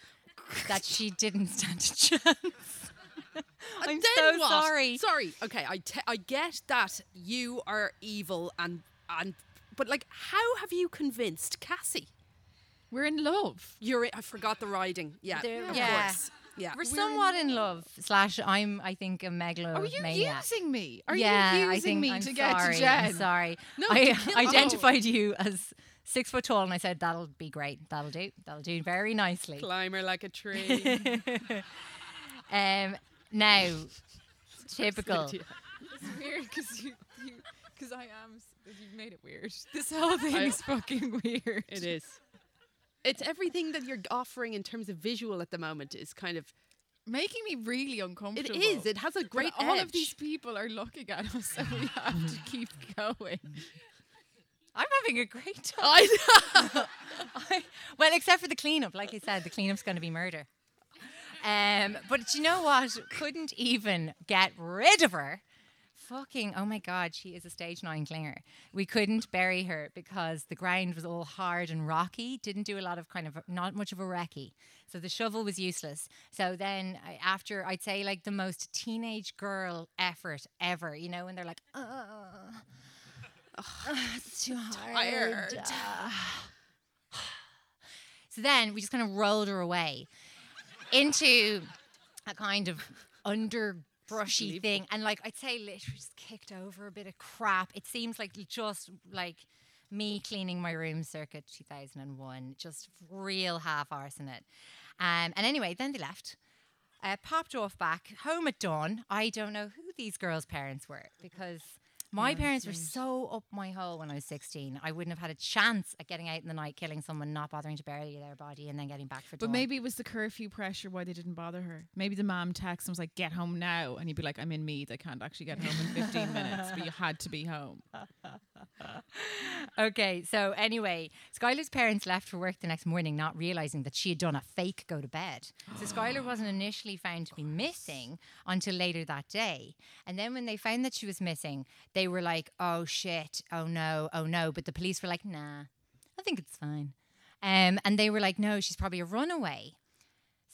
Speaker 2: that she didn't stand a chance.
Speaker 1: And
Speaker 2: I'm
Speaker 1: then
Speaker 2: so
Speaker 1: what?
Speaker 2: sorry.
Speaker 1: Sorry. Okay, I, te- I get that you are evil and and but like how have you convinced Cassie?
Speaker 3: We're in love.
Speaker 1: You're I forgot the riding. Yeah.
Speaker 2: There-
Speaker 1: of
Speaker 2: yeah.
Speaker 1: course. Yeah.
Speaker 2: We're somewhat in love. Slash, I'm. I think a megalomaniac.
Speaker 3: Are you using me? Are
Speaker 2: yeah,
Speaker 3: you
Speaker 2: I
Speaker 3: using
Speaker 2: think
Speaker 3: me
Speaker 2: I'm
Speaker 3: to get
Speaker 2: sorry,
Speaker 3: to Jen?
Speaker 2: I'm sorry.
Speaker 1: No, to
Speaker 2: I
Speaker 1: kill-
Speaker 2: identified you as six foot tall, and I said that'll be great. That'll do. That'll do very nicely.
Speaker 1: Climber like a tree.
Speaker 2: Um, now, typical.
Speaker 3: It's weird because you, because I am, you've made it weird. This whole thing is fucking weird.
Speaker 1: it is. It's everything that you're offering in terms of visual at the moment is kind of
Speaker 3: Making me really
Speaker 1: it
Speaker 3: uncomfortable.
Speaker 1: is. It has a
Speaker 3: But
Speaker 1: great
Speaker 3: all
Speaker 1: edge.
Speaker 3: of these people are looking at us and we have to keep going.
Speaker 2: I'm having a great time.
Speaker 1: I know.
Speaker 2: I, well, except for the cleanup. Like I said, the cleanup's going to be murder. Um, but you know what? Couldn't even get rid of her. Fucking, oh my God, she is a stage nine clinger. We couldn't bury her because the ground was all hard and rocky, didn't do a lot of kind of, not much of a recce. So the shovel was useless. So then, I- after I'd say like the most teenage girl effort ever, you know, and they're like, oh, it's too hard.
Speaker 1: tired.
Speaker 2: So then we just kind of rolled her away into a kind of underbrushy thing. And like I'd say literally just kicked over a bit of crap. It seems like just like me cleaning my room circa 2001, just real half arse in it. Um, and anyway, then they left. Uh, popped off back home at dawn. I don't know who these girls' parents were because my parents were so up my hole when I was 16. I wouldn't have had a chance at getting out in the night, killing someone, not bothering to bury their body, and then getting back for
Speaker 3: But
Speaker 2: dawn.
Speaker 3: maybe it was the curfew pressure why they didn't bother her. Maybe the mom texted and was like, "Get home now," and you'd be like, "I'm in Meath. I can't actually get home in 15 minutes, but you had to be home."
Speaker 2: Okay, so anyway, Skylar's parents left for work the next morning, not realizing that she had done a fake go to bed. So Skylar wasn't initially found to be missing until later that day. And then when they found that she was missing, they were like, oh shit, oh no, oh no. But the police were like, nah, I think it's fine. Um, and they were like, no, she's probably a runaway.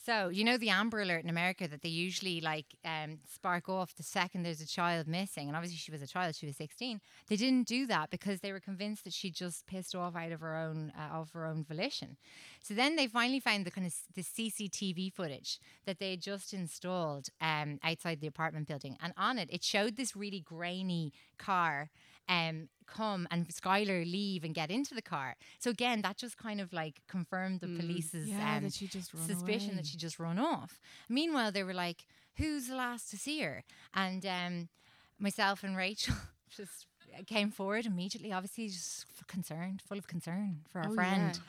Speaker 2: So you know the Amber Alert in America that they usually like um, spark off the second there's a child missing, and obviously she was a child; she was 16. They didn't do that because they were convinced that she just pissed off out of her own uh, of her own volition. So then they finally found the kind of s- the CCTV footage that they had just installed um, outside the apartment building, and on it it showed this really grainy car um, come and Skylar leave and get into the car. So again, that just kind of like confirmed the police's
Speaker 3: Yeah,
Speaker 2: um,
Speaker 3: that she just run
Speaker 2: suspicion
Speaker 3: away.
Speaker 2: that she just run off. Meanwhile, they were like, "Who's the last to see her?" And um, myself and Rachel just came forward immediately, obviously just f- concerned, full of concern for our
Speaker 3: Oh,
Speaker 2: friend.
Speaker 3: yeah.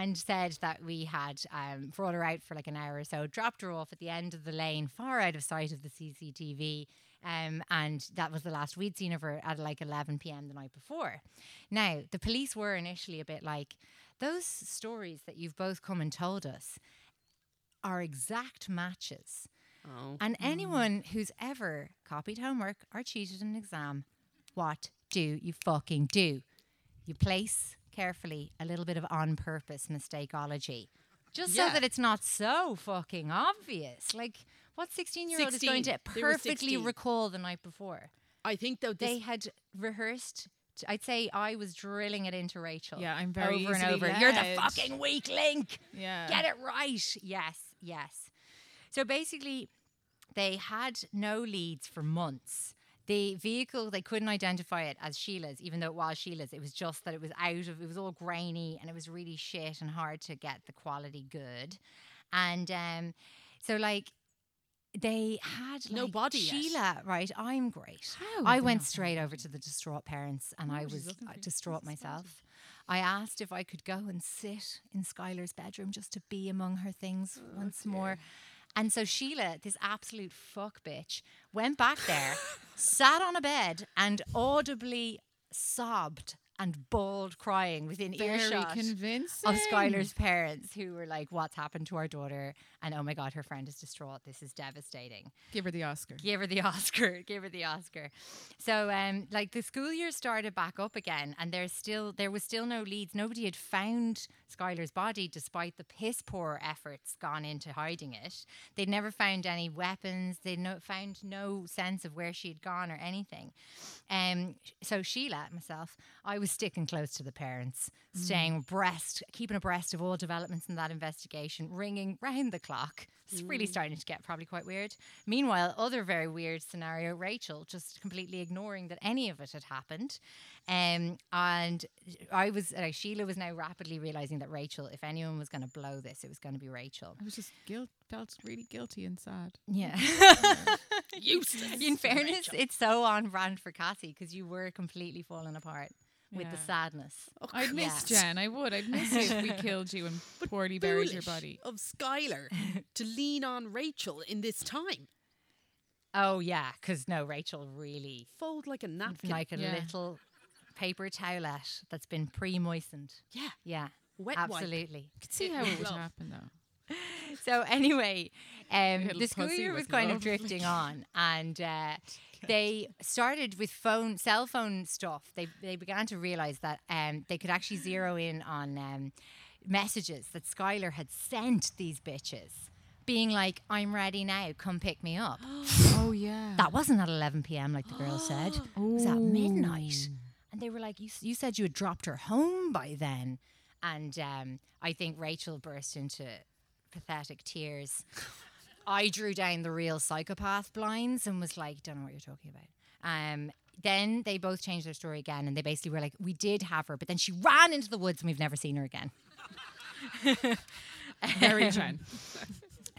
Speaker 2: And said that we had um, brought her out for like an hour or so, dropped her off at the end of the lane, far out of sight of the CCTV, um, and that was the last we'd seen of her at like 11 p.m. the night before. Now, the police were initially a bit like, those stories that you've both come and told us are exact matches.
Speaker 1: Oh.
Speaker 2: And anyone who's ever copied homework or cheated an exam, what do you fucking do? You place carefully a little bit of on purpose mistakeology. Just
Speaker 1: Yeah.
Speaker 2: so that it's not so fucking obvious. Like, what 16 year old is going
Speaker 1: 16.
Speaker 2: to
Speaker 1: They were
Speaker 2: perfectly
Speaker 1: 16.
Speaker 2: recall the night before?
Speaker 1: I think though this
Speaker 2: They had rehearsed. t- I'd say I was drilling it into Rachel.
Speaker 3: Yeah, I'm very
Speaker 2: over and
Speaker 3: easily
Speaker 2: over. You're the
Speaker 3: led.
Speaker 2: fucking weak link.
Speaker 3: Yeah.
Speaker 2: Get it right. Yes, yes. So basically, they had no leads for months. The vehicle, they couldn't identify it as Sheila's, even though it was Sheila's. It was just that it was out of, it was all grainy and it was really shit and hard to get the quality good. And um, so, like, they had like,
Speaker 1: No body yet.
Speaker 2: Sheila, Uh, right? I'm great.
Speaker 3: How
Speaker 2: I
Speaker 3: have they
Speaker 2: went
Speaker 3: not
Speaker 2: straight over to the distraught parents and I
Speaker 3: she's
Speaker 2: was
Speaker 3: looking
Speaker 2: uh,
Speaker 3: for you.
Speaker 2: distraught
Speaker 3: That's exciting.
Speaker 2: myself. I asked if I could go and sit in Skylar's bedroom just to be among her things once more. And so Sheila, this absolute fuck bitch, went back there, sat on a bed, and audibly sobbed and bawled crying within
Speaker 3: Very
Speaker 2: earshot
Speaker 3: convincing.
Speaker 2: of Skylar's parents who were like, What's happened to our daughter? And oh my God, her friend is distraught. This is devastating.
Speaker 3: Give her the Oscar.
Speaker 2: Give her the Oscar. Give her the Oscar. So, um, like the school year started back up again, and there's still there was still no leads. Nobody had found Skylar's body, despite the piss poor efforts gone into hiding it. They'd never found any weapons. They no, found no sense of where she had gone or anything. Um, so Sheila, myself, I was sticking close to the parents, staying abreast, keeping abreast of all developments in that investigation, ringing round the clock. It's really starting to get probably quite weird. Meanwhile, other very weird scenario, Rachel just completely ignoring that any of it had happened. Um, and I was, uh, Sheila was now rapidly realizing that Rachel, if anyone was going to blow this, it was going to be Rachel.
Speaker 3: I was just guilt felt really guilty and sad.
Speaker 2: Yeah.
Speaker 1: useless.
Speaker 2: In fairness, it's so on brand for Cassie because you were completely falling apart with the
Speaker 3: Yeah.
Speaker 2: sadness.
Speaker 1: oh,
Speaker 3: I'd miss
Speaker 2: Yeah.
Speaker 3: Jen. I would. I'd miss you if we killed you and poorly buried your
Speaker 1: foolish
Speaker 3: body.
Speaker 1: of Skylar to lean on Rachel in this time.
Speaker 2: Oh yeah, because no, Rachel really
Speaker 1: Fold like a napkin.
Speaker 2: like a
Speaker 3: Yeah.
Speaker 2: little paper towelette that's been pre moistened.
Speaker 1: Yeah.
Speaker 2: Yeah.
Speaker 1: Wet wipe.
Speaker 2: absolutely.
Speaker 3: could see how it would
Speaker 1: Love.
Speaker 3: happen though.
Speaker 2: So anyway, um,
Speaker 3: Little
Speaker 2: the school
Speaker 3: pussy
Speaker 2: year
Speaker 3: was
Speaker 2: was kind of
Speaker 3: lovely.
Speaker 2: drifting on, and uh, they started with phone, cell phone stuff. They they began to realize that um, they could actually zero in on um, messages that Skylar had sent these bitches, being like, "I'm ready now, come pick me up."
Speaker 3: Oh yeah.
Speaker 2: That wasn't at 11 p.m. like the girl said. It was at midnight. And they were like, you, s- you said you had dropped her home by then. And um, I think Rachel burst into pathetic tears. I drew down the real psychopath blinds and was like, don't know what you're talking about. Um, then they both changed their story again and they basically were like, we did have her, but then she ran into the woods and we've never seen her again.
Speaker 3: Very Jen.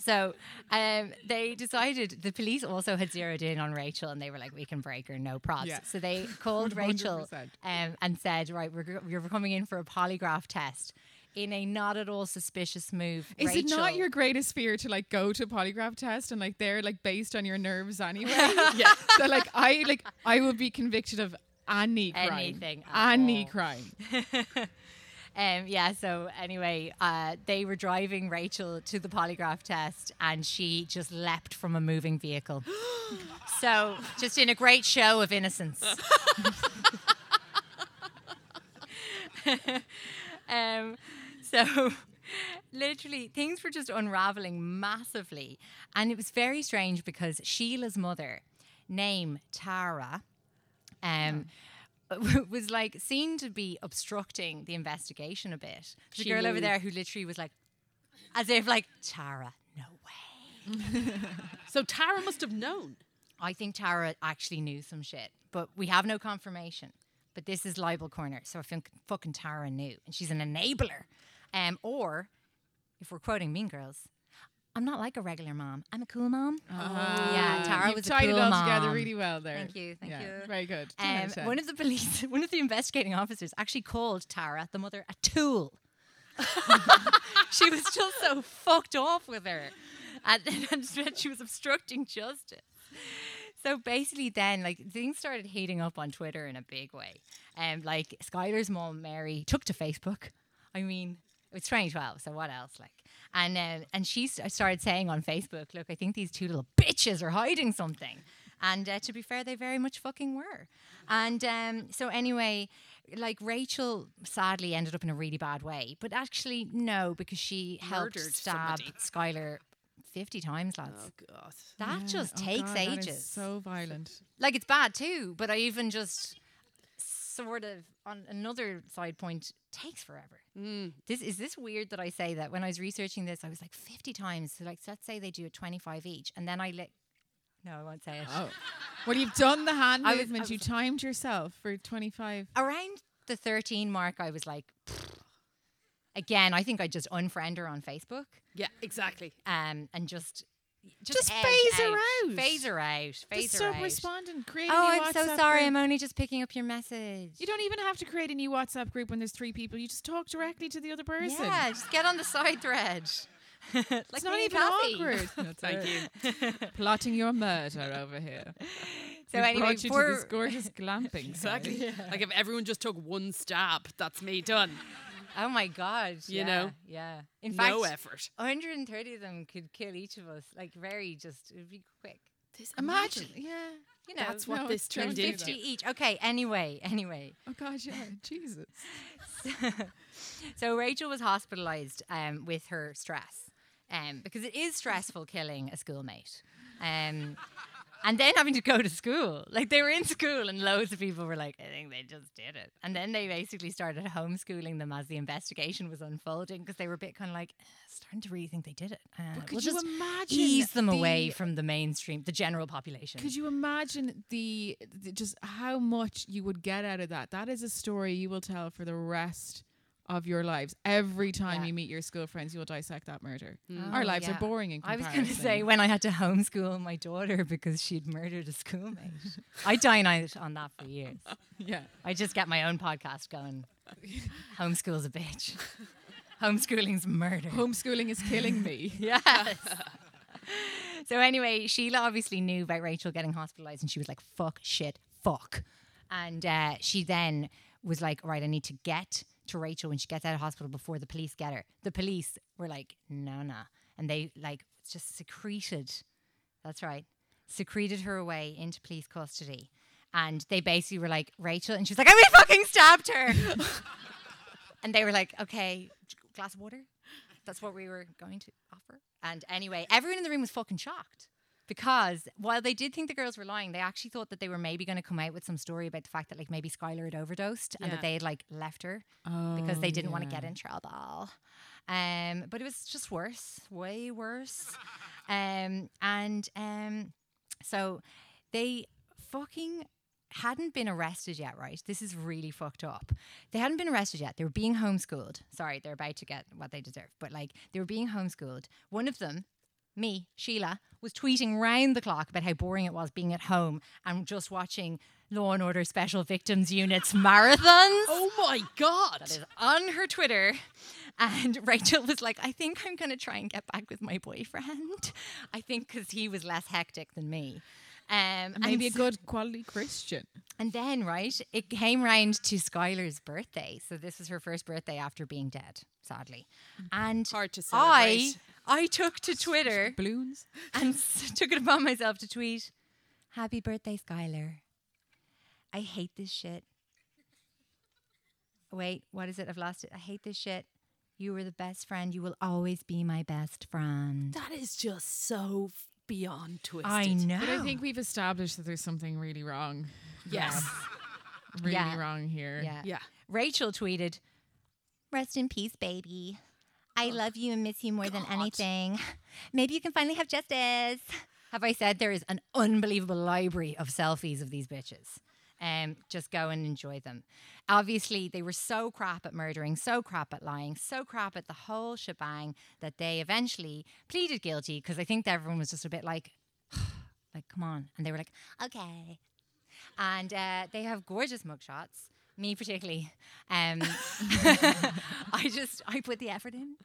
Speaker 2: So um, they decided the police also had zeroed in on Rachel and they were like, we can break her, no props.
Speaker 3: Yeah.
Speaker 2: So they called Rachel
Speaker 3: 100%.
Speaker 2: um, and said, right, we're, go- you're coming in for a polygraph test. In a not at all suspicious move,
Speaker 3: Is it not
Speaker 2: Rachel-
Speaker 3: your greatest fear to like go to a polygraph test and like they're like based on your nerves anyway? yeah. So like I like I would be convicted of any crime.
Speaker 2: Anything at
Speaker 3: Any
Speaker 2: all.
Speaker 3: crime.
Speaker 2: Um, yeah, so anyway, uh, they were driving Rachel to the polygraph test and she just leapt from a moving vehicle. so, just in a great show of innocence. um, so, literally, things were just unraveling massively. And it was very strange because Sheila's mother, name Tara, um, was like seen to be obstructing the investigation a bit. The
Speaker 1: She
Speaker 2: girl over
Speaker 1: knew.
Speaker 2: there who literally was like, as if like Tara, no way.
Speaker 1: So Tara must have known.
Speaker 2: I think Tara actually knew some shit, but we have no confirmation. But this is libel corner, so I think fucking Tara knew, and she's an enabler. Um, or if we're quoting Mean Girls, I'm not like a regular mom. I'm a cool mom. yeah, Tara
Speaker 3: Oh. Um, You've
Speaker 2: was a
Speaker 3: tied
Speaker 2: cool
Speaker 3: it all
Speaker 2: mom.
Speaker 3: together really well there.
Speaker 2: Thank you, thank you.
Speaker 3: Very good. Ten out
Speaker 2: Um,
Speaker 3: of 10.
Speaker 2: one of the police, one of the investigating officers, actually called Tara, the mother, a tool. she was just so fucked off with her, and, and said she was obstructing justice. So basically, then like things started heating up on Twitter in a big way. Um, like Skylar's mom Mary took to Facebook. I mean, it's 2012, so what else? Like, and um, and she st- started saying on Facebook, "Look, I think these two little bitches are hiding something." And uh, to be fair, they very much fucking were. And um, so anyway, like Rachel sadly ended up in a really bad way, but actually no, because she helped
Speaker 1: Murdered
Speaker 2: stab
Speaker 1: somebody.
Speaker 2: Skylar 50 times, lads.
Speaker 1: Oh God.
Speaker 2: That just
Speaker 3: Oh
Speaker 2: takes
Speaker 3: God, that is
Speaker 2: ages
Speaker 3: so violent.
Speaker 2: like it's bad too but i even just sort of on another side point takes forever
Speaker 3: Mm.
Speaker 2: this is this weird that i say that when i was researching this i was like 50 times so like let's say they do it 25 each and then i like no i won't say it
Speaker 3: Oh. Well, you've done the hand
Speaker 2: I was- I
Speaker 3: movement. you timed yourself for 25.
Speaker 2: around the 13 mark i was like "Pfft." again i think i just unfriend her on facebook
Speaker 1: Yeah, exactly.
Speaker 2: um and just
Speaker 3: Just
Speaker 2: edge
Speaker 3: phase her out.
Speaker 2: phase her out phase
Speaker 3: Just
Speaker 2: her
Speaker 3: stop
Speaker 2: out
Speaker 3: responding. Create a
Speaker 2: oh
Speaker 3: new
Speaker 2: i'm so
Speaker 3: WhatsApp
Speaker 2: sorry
Speaker 3: group.
Speaker 2: i'm only just picking up your message
Speaker 3: You don't even have to create a new WhatsApp group when there's three people. You just talk directly to the other person.
Speaker 2: Yeah, just get on the side thread. like
Speaker 3: It's
Speaker 2: we
Speaker 3: not
Speaker 2: need
Speaker 3: even
Speaker 2: coffee.
Speaker 3: awkward. No, thank you. Plotting your murder over here.
Speaker 2: So
Speaker 3: We've
Speaker 2: anyway,
Speaker 3: brought you to this
Speaker 2: for-
Speaker 3: gorgeous glamping.
Speaker 1: Exactly. Like if everyone just took one stab, that's me done.
Speaker 2: Oh my god.
Speaker 1: You
Speaker 2: yeah,
Speaker 1: know?
Speaker 2: Yeah. In fact,
Speaker 1: no effort.
Speaker 2: 130 of them could kill each of us. Like very just it'd be quick.
Speaker 3: Imagine. Yeah.
Speaker 2: You know.
Speaker 1: That's what
Speaker 3: No,
Speaker 1: this
Speaker 3: don't
Speaker 1: turned
Speaker 3: do
Speaker 1: into.
Speaker 2: 50 each. Okay, anyway, anyway.
Speaker 3: Oh God. Yeah. Jesus.
Speaker 2: So Rachel was hospitalized um, with her stress. Um, because it is stressful killing a schoolmate. Um And then having to go to school. Like they were in school and loads of people were like, I think they just did it. And then they basically started homeschooling them as the investigation was unfolding because they were a bit kind of like, "Uh, starting to really think they did it. Uh,
Speaker 3: could
Speaker 2: we'll
Speaker 3: you
Speaker 2: just
Speaker 3: imagine
Speaker 2: ease them away
Speaker 3: the-
Speaker 2: from the mainstream, the general population.
Speaker 3: Could you imagine the, the just how much you would get out of that? That is a story you will tell for the rest of your lives. Every time
Speaker 2: Yeah.
Speaker 3: you meet your school friends, you will dissect that murder.
Speaker 2: Oh,
Speaker 3: Our lives
Speaker 2: yeah.
Speaker 3: are boring in
Speaker 2: I was
Speaker 3: comparison.
Speaker 2: going to say when I had to homeschool my daughter because she'd murdered a schoolmate. I dine out on that for years.
Speaker 3: yeah.
Speaker 2: I just get my own podcast going. Homeschool's a bitch. Homeschooling's murder.
Speaker 3: Homeschooling is killing me.
Speaker 2: Yes. so anyway, Sheila obviously knew about Rachel getting hospitalized and she was like, fuck, shit, fuck. And uh, she then was like, all right, I need to get to Rachel when she gets out of hospital before the police get her. The police were like, no, no. And they like just secreted, that's right, secreted her away into police custody. And they basically were like, Rachel. And she was like, I really fucking stabbed her. and they were like, okay, glass of water. That's what we were going to offer. And anyway, everyone in the room was fucking shocked because while they did think the girls were lying, they actually thought that they were maybe going to come out with some story about the fact that like maybe Skylar had overdosed and
Speaker 1: Yeah.
Speaker 2: that they had like left her
Speaker 3: Oh,
Speaker 2: because they didn't want to
Speaker 3: yeah.
Speaker 2: get in trouble. Um, but it was just worse, way worse. um, and um, so they fucking hadn't been arrested yet, right? This is really fucked up. They hadn't been arrested yet. They were being homeschooled. Sorry, they're about to get what they deserve, but like they were being homeschooled. One of them, me, Sheila, was tweeting round the clock about how boring it was being at home and just watching Law and Order Special Victims Units marathons
Speaker 1: Oh my god!
Speaker 2: that is on her Twitter. And Rachel was like, I think I'm going to try and get back with my boyfriend. I think because he was less hectic than me. Um, and
Speaker 3: Maybe a
Speaker 2: so-
Speaker 3: good quality Christian.
Speaker 2: and then, right, it came round to Skylar's birthday. So this was her first birthday after being dead, sadly. And
Speaker 1: Mm-hmm. Hard to
Speaker 2: I,
Speaker 1: celebrate.
Speaker 2: I took to Twitter
Speaker 3: Balloons.
Speaker 2: and s- took it upon myself to tweet, "Happy birthday, Skylar. I hate this shit. Wait, what is it? I've lost it. I hate this shit. You were the best friend. You will always be my best friend.
Speaker 1: That is just so f- beyond twisted.
Speaker 2: I know.
Speaker 3: But I think we've established that there's something really wrong.
Speaker 1: Yes.
Speaker 3: Really
Speaker 2: Yeah.
Speaker 3: wrong here.
Speaker 2: Yeah.
Speaker 1: yeah.
Speaker 2: Rachel tweeted, "Rest in peace, baby. I love you and miss you more than anything. Maybe you can finally have justice." Have I said there is an unbelievable library of selfies of these bitches? Um, just go and enjoy them. Obviously, they were so crap at murdering, so crap at lying, so crap at the whole shebang that they eventually pleaded guilty because I think everyone was just a bit like, like, come on. And they were like, okay. And uh, they have gorgeous mugshots. Me particularly. Um, I just I put the effort in.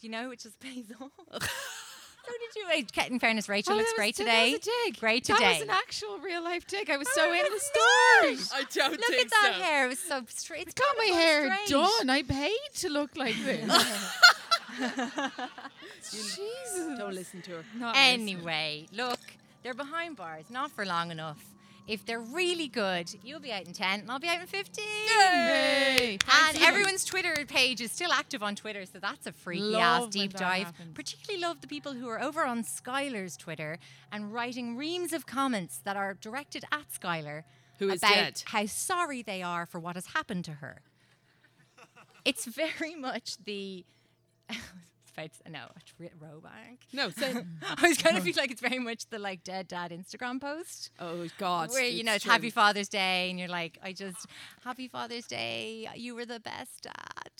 Speaker 2: You know, it just pays off. so did you? Uh, Kat, In fairness, Rachel
Speaker 3: Oh,
Speaker 2: looks
Speaker 3: that was-
Speaker 2: great
Speaker 3: that
Speaker 2: today.
Speaker 3: was a dig.
Speaker 2: Great
Speaker 3: That
Speaker 2: today. Oh
Speaker 3: was an actual real life dig. I was so in the
Speaker 2: was
Speaker 3: story.
Speaker 1: I don't
Speaker 2: Look
Speaker 1: think
Speaker 2: at that
Speaker 1: so.
Speaker 2: hair. It was so straight. It's
Speaker 3: Got my hair
Speaker 2: straight.
Speaker 3: done. I paid to look like this. Jesus.
Speaker 1: Don't listen to her.
Speaker 3: Not listening.
Speaker 2: Anyway, look, they're behind bars, not for long enough. If they're really good, you'll be out in 10 and I'll be out in 15.
Speaker 3: Yay.
Speaker 2: And everyone's Twitter page is still active on Twitter, so that's a freaky
Speaker 3: Love
Speaker 2: ass
Speaker 3: when
Speaker 2: deep
Speaker 3: that
Speaker 2: dive.
Speaker 3: happens.
Speaker 2: Particularly love the people who are over on Skylar's Twitter and writing reams of comments that are directed at Skylar
Speaker 1: Who is
Speaker 2: about
Speaker 1: dead.
Speaker 2: how sorry they are for what has happened to her. It's very much the. No, Robank.
Speaker 1: No, say
Speaker 2: I was going to be like, it's very much the like dead dad Instagram post
Speaker 1: Oh God.
Speaker 2: where you know it's
Speaker 1: true.
Speaker 2: Happy Father's Day, and you're like, I just Happy Father's Day. You were the best dad,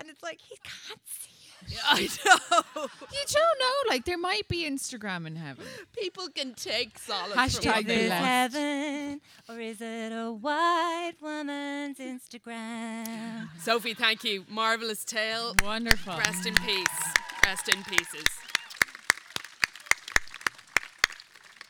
Speaker 2: and it's like he can't see it.
Speaker 1: I know.
Speaker 3: You don't know. Like, there might be Instagram in heaven.
Speaker 1: People can take solace.
Speaker 3: Hashtag
Speaker 1: from
Speaker 3: the
Speaker 2: Is
Speaker 1: it.
Speaker 2: it
Speaker 3: left.
Speaker 2: heaven or is it a white woman's Instagram?
Speaker 1: Sophie, thank you. Marvelous tale.
Speaker 3: Wonderful.
Speaker 1: Rest in peace. Rest in pieces.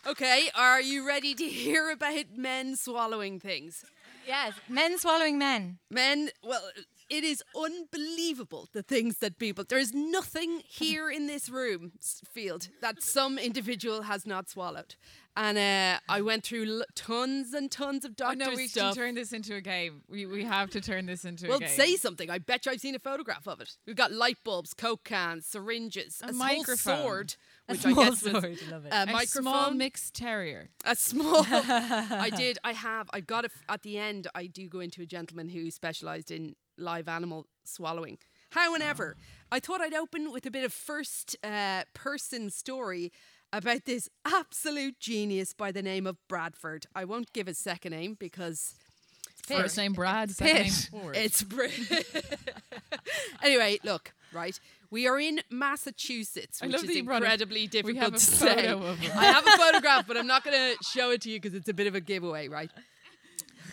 Speaker 1: Okay, are you ready to hear about men swallowing things?
Speaker 2: Yes, men swallowing men.
Speaker 1: Men, well, it is unbelievable the things that people. There is nothing here in this room s- field that some individual has not swallowed. And uh, I went through l- tons and tons of
Speaker 3: Oh
Speaker 1: doctor
Speaker 3: no, we
Speaker 1: stuff.
Speaker 3: should turn this into a game. We, we have to turn this into
Speaker 1: Well,
Speaker 3: a game.
Speaker 1: say something. I bet you I've seen a photograph of it. We've got light bulbs, coke cans, syringes,
Speaker 3: A
Speaker 1: a,
Speaker 3: microphone.
Speaker 1: whole sword,
Speaker 2: A
Speaker 1: which
Speaker 2: small
Speaker 1: I guess was
Speaker 2: sword, love it.
Speaker 1: a,
Speaker 3: a
Speaker 1: microphone,
Speaker 3: small mixed terrier.
Speaker 1: a small. I did. I have. I've got. A f- at the end, I do go into a gentleman who specialised in live animal swallowing. However, I thought I'd open with a bit of first uh, person story about this absolute genius by the name of Bradford. I won't give his second name because
Speaker 3: First name Brad, second name
Speaker 2: Pitt.
Speaker 3: Ford.
Speaker 1: it's br- anyway. Look, right. We are in Massachusetts,
Speaker 3: I
Speaker 1: which
Speaker 3: love
Speaker 1: is
Speaker 3: that you brought a-
Speaker 1: incredibly difficult
Speaker 3: we have
Speaker 1: to
Speaker 3: a
Speaker 1: say.
Speaker 3: photo of it.
Speaker 1: I have a photograph, but I'm not going to show it to you because it's a bit of a giveaway, right?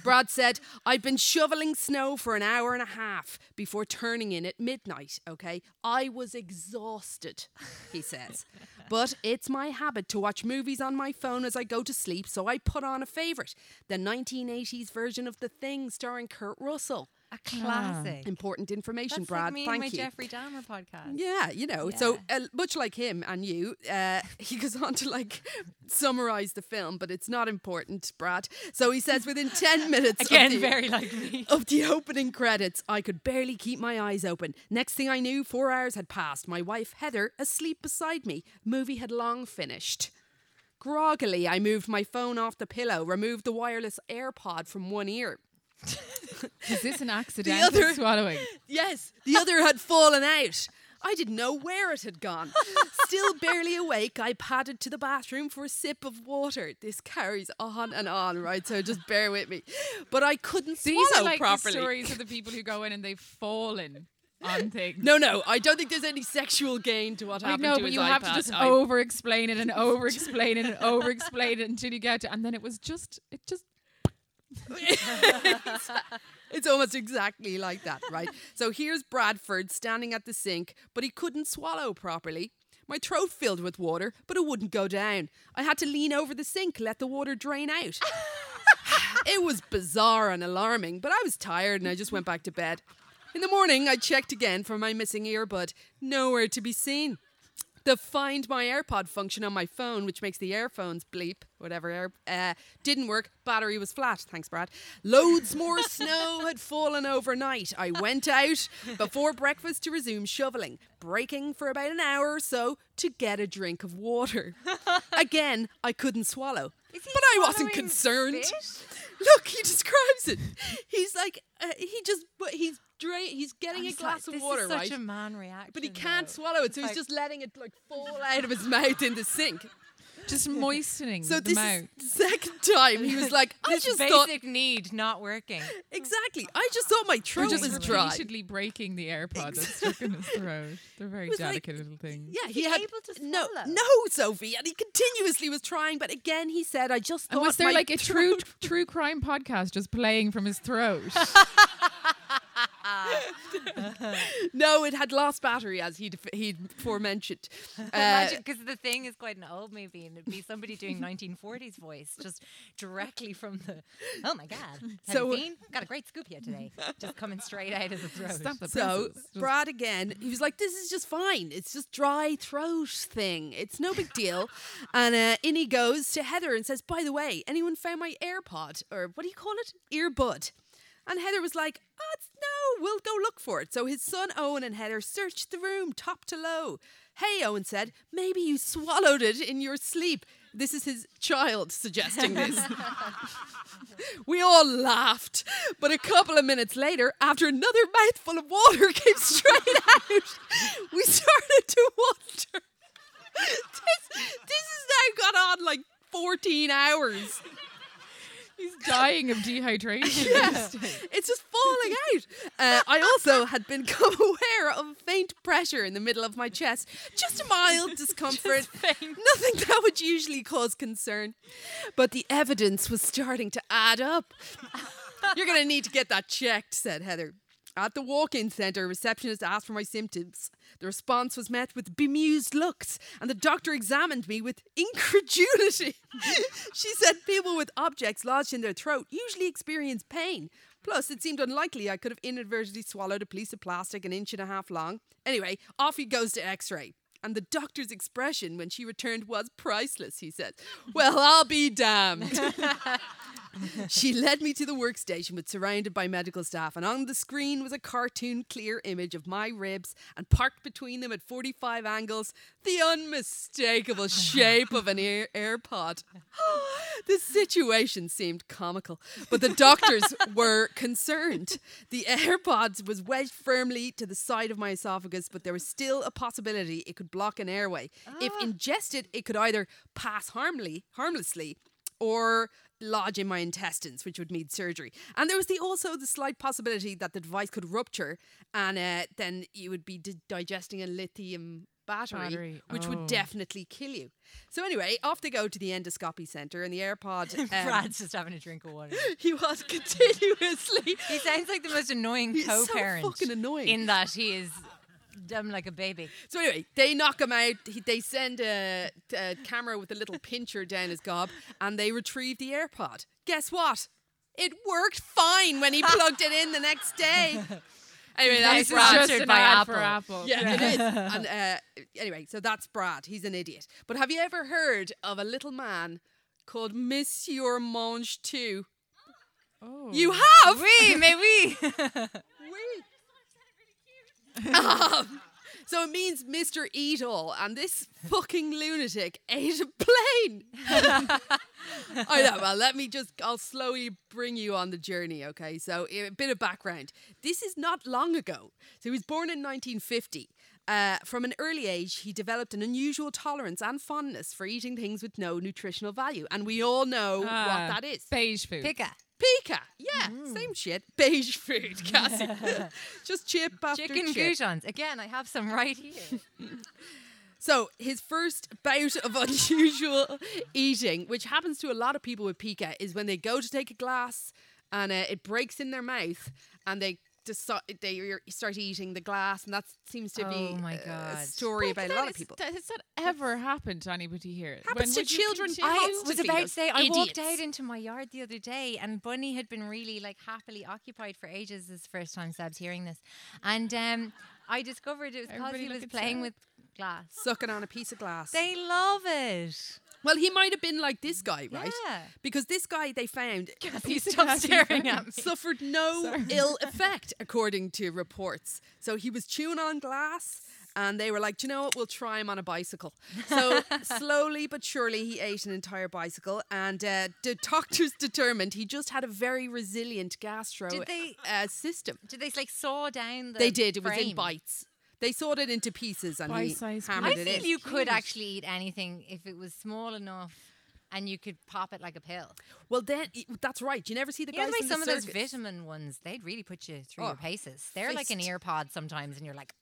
Speaker 1: Brad said, I've been shoveling snow for an hour and a half before turning in at midnight, okay? I was exhausted, he says. but it's my habit to watch movies on my phone as I go to sleep, so I put on a favourite the 1980s version of The Thing starring Kurt Russell.
Speaker 2: A classic.
Speaker 1: Important information,
Speaker 2: That's
Speaker 1: Brad.
Speaker 2: like me and
Speaker 1: Thank
Speaker 2: my
Speaker 1: you.
Speaker 2: Jeffrey Dahmer podcast.
Speaker 1: Yeah, you know. So uh, much like him and you, uh, he goes on to like summarize the film, but it's not important, Brad. So he says within ten minutes of
Speaker 2: Again,
Speaker 1: the,
Speaker 2: very like me.
Speaker 1: of the opening credits, I could barely keep my eyes open. Next thing I knew, four hours had passed. My wife Heather asleep beside me. Movie had long finished. Groggily, I moved my phone off the pillow, removed the wireless AirPod from one ear.
Speaker 3: Is this an accidental
Speaker 1: other-
Speaker 3: swallowing?
Speaker 1: Yes, the other had fallen out. I didn't know where it had gone. Still barely awake, I padded to the bathroom for a sip of water. This carries on and on, right? So just bear with me. But I couldn't
Speaker 3: These
Speaker 1: swallow
Speaker 3: are like
Speaker 1: properly.
Speaker 3: the stories of the people who go in and they've fallen on things.
Speaker 1: No, no, I don't think there's any sexual gain to what
Speaker 3: I
Speaker 1: happened
Speaker 3: know,
Speaker 1: to
Speaker 3: but
Speaker 1: his
Speaker 3: you have
Speaker 1: iPad.
Speaker 3: to just
Speaker 1: I-
Speaker 3: over explain it and over explain it and over explain it until you get to, and then it was just, it just,
Speaker 1: It's almost exactly like that, right? so here's Bradford standing at the sink, but he couldn't swallow properly. My throat filled with water, but it wouldn't go down. I had to lean over the sink, let the water drain out. it was bizarre and alarming, but I was tired and I just went back to bed. In the morning, I checked again for my missing earbud. Nowhere to be seen. The find my AirPod function on my phone, which makes the earphones bleep, whatever, air, uh, didn't work. Battery was flat. Thanks, Brad. Loads more snow had fallen overnight. I went out before breakfast to resume shoveling, breaking for about an hour or so to get a drink of water. Again, I couldn't swallow.
Speaker 2: Is he
Speaker 1: But I wasn't
Speaker 2: swallowing
Speaker 1: concerned.
Speaker 2: spit?
Speaker 1: Look, he describes it. He's like, uh, he just, but he's dra- he's getting a
Speaker 2: It's like,
Speaker 1: glass of
Speaker 2: this
Speaker 1: water,
Speaker 2: is such
Speaker 1: right?
Speaker 2: a man reaction.
Speaker 1: but he can't
Speaker 2: though.
Speaker 1: swallow it, so he's
Speaker 2: like-
Speaker 1: just letting it like fall out of his mouth in the sink.
Speaker 3: just moistening
Speaker 1: So
Speaker 3: the
Speaker 1: this
Speaker 3: mouth.
Speaker 1: is the second time he was like, I
Speaker 2: This
Speaker 1: just
Speaker 2: basic
Speaker 1: thought
Speaker 2: need not working.
Speaker 1: exactly. I just thought my
Speaker 3: They're
Speaker 1: throat
Speaker 3: just
Speaker 1: was dry.
Speaker 3: repeatedly breaking the AirPod that's stuck in his throat. They're very
Speaker 1: was like-
Speaker 3: delicate little things.
Speaker 1: Yeah, he
Speaker 2: he
Speaker 1: had
Speaker 2: able to
Speaker 1: no,
Speaker 2: swallow?
Speaker 1: no, Sophie, and he continuously was trying. But again, he said, "I just
Speaker 3: And
Speaker 1: thought."
Speaker 3: was there
Speaker 1: my
Speaker 3: like a true
Speaker 1: throat-
Speaker 3: true crime podcast just playing from his throat?
Speaker 1: No, it had lost battery, as he def- he forementioned. Uh,
Speaker 2: Imagine, because the thing is quite an old movie, and it'd be somebody doing 1940s voice, just directly from the. Oh my God! Have
Speaker 1: So-
Speaker 2: you seen? Got a great scoop here today, just coming straight out of the throat.
Speaker 3: Stop the
Speaker 1: So
Speaker 3: presses. Just-
Speaker 1: Brad again, he was like, "This is just fine. It's just dry throat thing. It's no big deal." and uh, in he goes to Heather and says, "By the way, anyone found my AirPod or what do you call it? Earbud?" And Heather was like, oh, it's- "No, we'll go look for it." So his son Owen and Heather searched the room top to low. Hey, Owen said, "Maybe you swallowed it in your sleep." This is his child suggesting this. We all laughed, but a couple of minutes later, after another mouthful of water came straight out, we started to wonder. This, this has now gone on like 14 hours.
Speaker 3: He's dying of dehydration.
Speaker 1: It's just falling out. Uh, I also had become aware of faint pressure in the middle of my chest, just a mild discomfort, nothing that would usually cause concern. But the evidence was starting to add up. You're going to need to get that checked, said Heather. At the walk in centre, a receptionist asked for my symptoms. The response was met with bemused looks, and the doctor examined me with incredulity. she said people with objects lodged in their throat usually experience pain. Plus, it seemed unlikely I could have inadvertently swallowed a piece of plastic an inch and a half long. Anyway, off he goes to x ray. And the doctor's expression when she returned was priceless, he said. Well, I'll be damned. She led me to the workstation, but surrounded by medical staff, and on the screen was a cartoon clear image of my ribs, and parked between them at 45 angles, the unmistakable shape of an ear AirPod. the situation seemed comical, but the doctors were concerned. The AirPods was wedged firmly to the side of my esophagus, but there was still a possibility it could block an airway. If
Speaker 3: Ah.
Speaker 1: ingested, it could either pass harmly, harmlessly or lodge in my intestines, which would need surgery. And there was the also the slight possibility that the device could rupture, and uh, then you would be di- digesting a lithium battery,
Speaker 3: Battery,
Speaker 1: which
Speaker 3: oh.
Speaker 1: would definitely kill you. So anyway, off they go to the endoscopy centre, and the AirPod. Um,
Speaker 2: Brad's just having a drink of water.
Speaker 1: he was continuously.
Speaker 2: He sounds like the most annoying
Speaker 1: He's so
Speaker 2: co-parent.
Speaker 1: fucking annoying.
Speaker 2: In that he is dumb like a baby.
Speaker 1: So anyway, they knock him out. He- They send a, a camera with a little pincher down his gob, and they retrieve the AirPod. Guess what? It worked fine when he plugged it in the next day. Anyway,
Speaker 2: This
Speaker 1: that's
Speaker 2: is
Speaker 1: Brad.
Speaker 2: just- Sponsored by
Speaker 3: ad for
Speaker 2: Apple.
Speaker 3: Apple.
Speaker 1: yeah, it is. And uh, anyway, so that's Brad. He's an idiot. But have you ever heard of a little man called Monsieur Monge Two?
Speaker 3: Oh.
Speaker 1: You have.
Speaker 2: Oui, mais oui.
Speaker 1: Um, so it means Mr. Eat All, and this fucking lunatic ate a plane. I know. Well, let me just, I'll slowly bring you on the journey, okay? So a bit of background. This is not long ago. So he was born in 1950. Uh, from an early age, he developed an unusual tolerance and fondness for eating things with no nutritional value. And we all know
Speaker 3: Ah,
Speaker 1: what that is.
Speaker 3: Beige food.
Speaker 2: Pika.
Speaker 1: Pika. Yeah,
Speaker 2: Mm.
Speaker 1: same shit. Beige food, Cassie. Just chip after
Speaker 2: Chicken
Speaker 1: chip.
Speaker 2: croutons. Again, I have some right here.
Speaker 1: So his first bout of unusual eating, which happens to a lot of people with pika, is when they go to take a glass and uh, it breaks in their mouth, and they decide they re- start eating the glass, and that seems to be uh,
Speaker 2: Oh my
Speaker 1: a
Speaker 2: God.
Speaker 1: story about
Speaker 3: But
Speaker 1: a lot
Speaker 3: that
Speaker 1: of
Speaker 3: is-
Speaker 1: people.
Speaker 3: that- Has that ever happened to anybody here?
Speaker 1: Happens to
Speaker 3: would you
Speaker 1: children
Speaker 3: continue?
Speaker 1: I
Speaker 2: I
Speaker 1: Lots to
Speaker 2: was
Speaker 1: feed
Speaker 2: about to
Speaker 1: us.
Speaker 2: say I walked out
Speaker 1: Idiots.
Speaker 2: into my yard the other day and Bunny had been really like happily occupied for ages. This is the first time Seb's hearing this, and um, I discovered it was because
Speaker 3: Everybody
Speaker 2: he
Speaker 3: look
Speaker 2: was
Speaker 3: at
Speaker 2: playing
Speaker 3: Seb.
Speaker 2: with glass.
Speaker 1: Sucking on a piece of glass.
Speaker 2: They love it.
Speaker 1: well, he might have been like this guy, right?
Speaker 2: Yeah.
Speaker 1: Because this guy they found
Speaker 2: Please stop staring at me.
Speaker 1: suffered no ill effect, according to reports. So he was chewing on glass. And they were like, Do you know what? We'll try him on a bicycle. So slowly but surely, he ate an entire bicycle. And uh, the doctors determined he just had a very resilient gastro
Speaker 2: Did they-
Speaker 1: uh, system.
Speaker 2: Did they like saw down the?
Speaker 1: They did. It was in
Speaker 2: frame?
Speaker 1: bites. They sawed it into pieces and he
Speaker 3: Bite-sized
Speaker 2: I
Speaker 1: hammered
Speaker 3: pieces.
Speaker 1: it
Speaker 2: think
Speaker 1: in.
Speaker 2: you could
Speaker 3: Jeez.
Speaker 2: actually eat anything if it was small enough, and you could pop it like a pill.
Speaker 1: well, then that's right. You never see the
Speaker 2: You know
Speaker 1: guys
Speaker 2: the
Speaker 1: from
Speaker 2: way some
Speaker 1: the
Speaker 2: of those
Speaker 1: circus.
Speaker 2: vitamin ones, they'd really put you through
Speaker 1: Oh,
Speaker 2: your paces. They're like an
Speaker 1: fist.
Speaker 2: ear pod sometimes, and you're like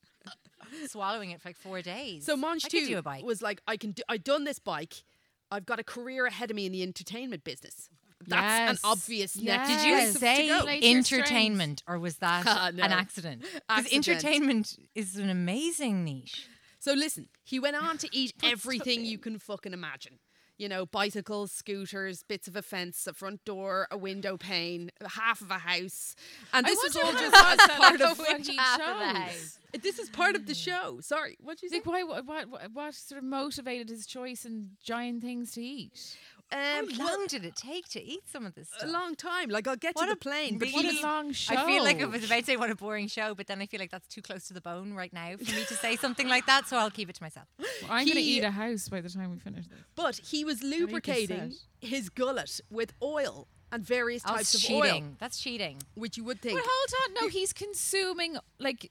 Speaker 2: swallowing it for like four days.
Speaker 1: So Monge
Speaker 2: I could
Speaker 1: too
Speaker 2: do a bike.
Speaker 1: was like, I can do, I done this bike. I've got a career ahead of me in the entertainment business. That's
Speaker 3: Yes.
Speaker 1: an obvious next.
Speaker 2: Did you
Speaker 3: Yes.
Speaker 1: place to
Speaker 2: say
Speaker 1: go.
Speaker 3: Place your strengths.
Speaker 2: entertainment, or was that
Speaker 1: Ah, no.
Speaker 2: an accident? Because
Speaker 1: Accident.
Speaker 2: entertainment is an amazing niche.
Speaker 1: So listen, he went on to eat everything you can fucking imagine. You know, bicycles, scooters, bits of a fence, a front door, a window pane, half of a house, and this was all just as part of
Speaker 3: what he
Speaker 2: half of the
Speaker 3: chose.
Speaker 2: house.
Speaker 1: this is part of
Speaker 2: Mm.
Speaker 1: the show. Sorry, what did you
Speaker 3: Like,
Speaker 1: think?
Speaker 3: why, what, what, what sort of motivated his choice in giant things to eat?
Speaker 2: How
Speaker 1: Um,
Speaker 2: long
Speaker 1: well,
Speaker 2: did it take to eat some of this
Speaker 1: a
Speaker 2: stuff?
Speaker 1: long time. Like I'll get
Speaker 2: What
Speaker 1: to
Speaker 2: a
Speaker 1: the plane, but
Speaker 3: What
Speaker 1: he
Speaker 3: a
Speaker 2: really-
Speaker 3: long show.
Speaker 2: I feel like I was about to say what a boring show, but then I feel like that's too close to the bone right now for me to say something like that, so I'll keep it to myself.
Speaker 3: I'm going to
Speaker 1: he-
Speaker 3: eat a house by the time we finish this.
Speaker 1: But he was lubricating
Speaker 3: set.
Speaker 1: his gullet with oil and various types
Speaker 2: That's
Speaker 1: of
Speaker 2: cheating.
Speaker 1: oil,
Speaker 2: That's cheating.
Speaker 1: which you would think.
Speaker 3: But hold on, no, he's consuming like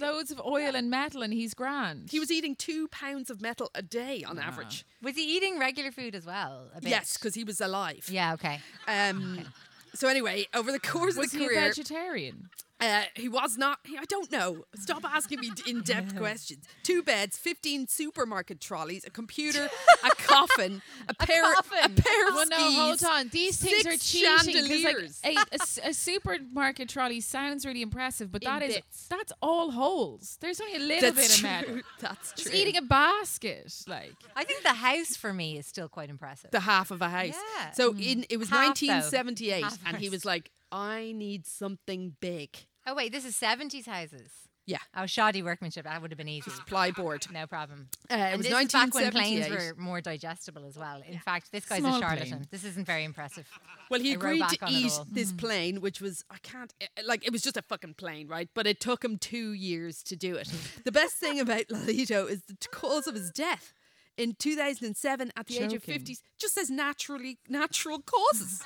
Speaker 3: loads of oil and metal, and he's grand.
Speaker 1: He was eating two pounds of metal a day on average.
Speaker 2: Was he eating regular food as well? A bit?
Speaker 1: Yes, because he was alive.
Speaker 2: Yeah. Okay.
Speaker 1: Um, so anyway, over the course of
Speaker 3: was he
Speaker 1: the
Speaker 3: a
Speaker 1: career,
Speaker 3: vegetarian?
Speaker 1: uh, he was not. I don't know. Stop asking me in-depth questions. Two beds, fifteen supermarket trolleys, a computer, a coffin, a pair,
Speaker 2: coffin.
Speaker 1: a pair of
Speaker 3: Well, no, hold
Speaker 1: skis.
Speaker 3: on. These things
Speaker 1: six
Speaker 3: are cheating 'cause, like,
Speaker 1: chandeliers.
Speaker 3: a, a s- a supermarket trolley sounds really impressive, but
Speaker 1: In
Speaker 3: that is
Speaker 1: bits.
Speaker 3: that's all holes. There's only a little bit
Speaker 1: That's
Speaker 3: of metal.
Speaker 1: true. That's true.
Speaker 3: Just eating a basket, like
Speaker 2: I think the house for me is still quite impressive.
Speaker 1: the half of a house.
Speaker 2: Yeah. Mm.
Speaker 1: So in it was
Speaker 2: Half, though.
Speaker 1: 1978,
Speaker 2: Half
Speaker 1: and he
Speaker 2: house.
Speaker 1: was like, "I need something big."
Speaker 2: oh wait, this is seventies houses.
Speaker 1: Yeah,
Speaker 2: Oh, shoddy workmanship. That would have been easy.
Speaker 1: plyboard.
Speaker 2: No problem.
Speaker 1: Uh, it
Speaker 2: and
Speaker 1: was
Speaker 2: this is back when
Speaker 1: 1978.
Speaker 2: planes were more digestible as well. In fact, this guy's
Speaker 3: Small
Speaker 2: a
Speaker 3: plane.
Speaker 2: charlatan. This isn't very impressive.
Speaker 1: Well, he
Speaker 2: I row
Speaker 1: agreed
Speaker 2: back
Speaker 1: to
Speaker 2: on it
Speaker 1: eat
Speaker 2: all. Mm.
Speaker 1: this plane, which was I can't eh, like it was just a fucking plane, right? But it took him two years to do it. the best thing about Lalito is the t- cause of his death. In 2007, at the age of
Speaker 3: Choking.
Speaker 1: 50, just says naturally natural causes.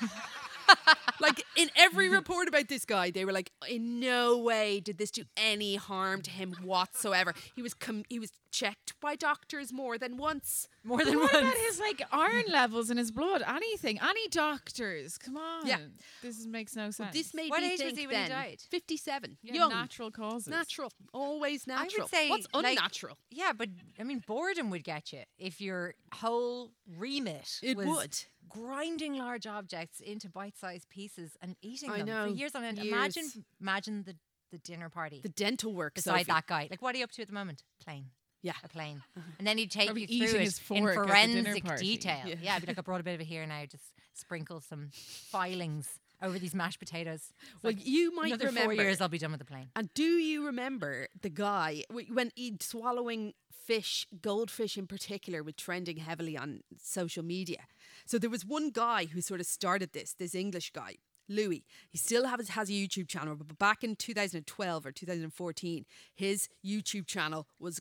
Speaker 1: like in every report about this guy, they were like, in no way did this do any harm to him whatsoever. He was com- he was checked by doctors more than once.
Speaker 2: More than
Speaker 3: What about
Speaker 2: once.
Speaker 3: his like iron levels in his blood? Anything? Any doctors? Come on.
Speaker 1: Yeah.
Speaker 3: This is- makes no sense.
Speaker 1: This made
Speaker 2: What
Speaker 1: me
Speaker 2: age was
Speaker 1: think
Speaker 2: he when he
Speaker 1: then.
Speaker 2: died?
Speaker 1: Fifty-seven.
Speaker 3: yeah,
Speaker 1: Young.
Speaker 3: natural causes.
Speaker 1: Natural, always natural.
Speaker 2: say,
Speaker 1: What's
Speaker 2: like,
Speaker 1: unnatural?
Speaker 2: Yeah, but I mean, boredom would get you if your whole remit
Speaker 1: It
Speaker 2: was
Speaker 1: would.
Speaker 2: grinding large objects into bite-sized pieces and eating
Speaker 1: I
Speaker 2: them
Speaker 1: know,
Speaker 2: for years on end. Imagine,
Speaker 1: years.
Speaker 2: imagine the, the dinner party
Speaker 1: the dental work
Speaker 2: beside
Speaker 1: Sophie.
Speaker 2: that guy. Like, what are you up to at the moment? Plane.
Speaker 1: Yeah.
Speaker 2: a plane, and then he'd take
Speaker 3: Probably
Speaker 2: you through
Speaker 3: eating
Speaker 2: it
Speaker 3: his
Speaker 2: in
Speaker 3: fork at the dinner
Speaker 2: forensic
Speaker 3: party.
Speaker 2: detail.
Speaker 1: Yeah.
Speaker 2: Yeah, I'd be like, I brought a bit of it here now. Just sprinkle some filings over these mashed potatoes. It's
Speaker 1: Well,
Speaker 2: like,
Speaker 1: you might
Speaker 2: another
Speaker 1: remember.
Speaker 2: four years, I'll be done with the plane.
Speaker 1: And do you remember the guy w- when he'd swallowing fish, goldfish in particular, was trending heavily on social media? So there was one guy who sort of started this, this English guy. Louis, he still has, has a YouTube channel, but back in 2012 or 2014, his YouTube channel was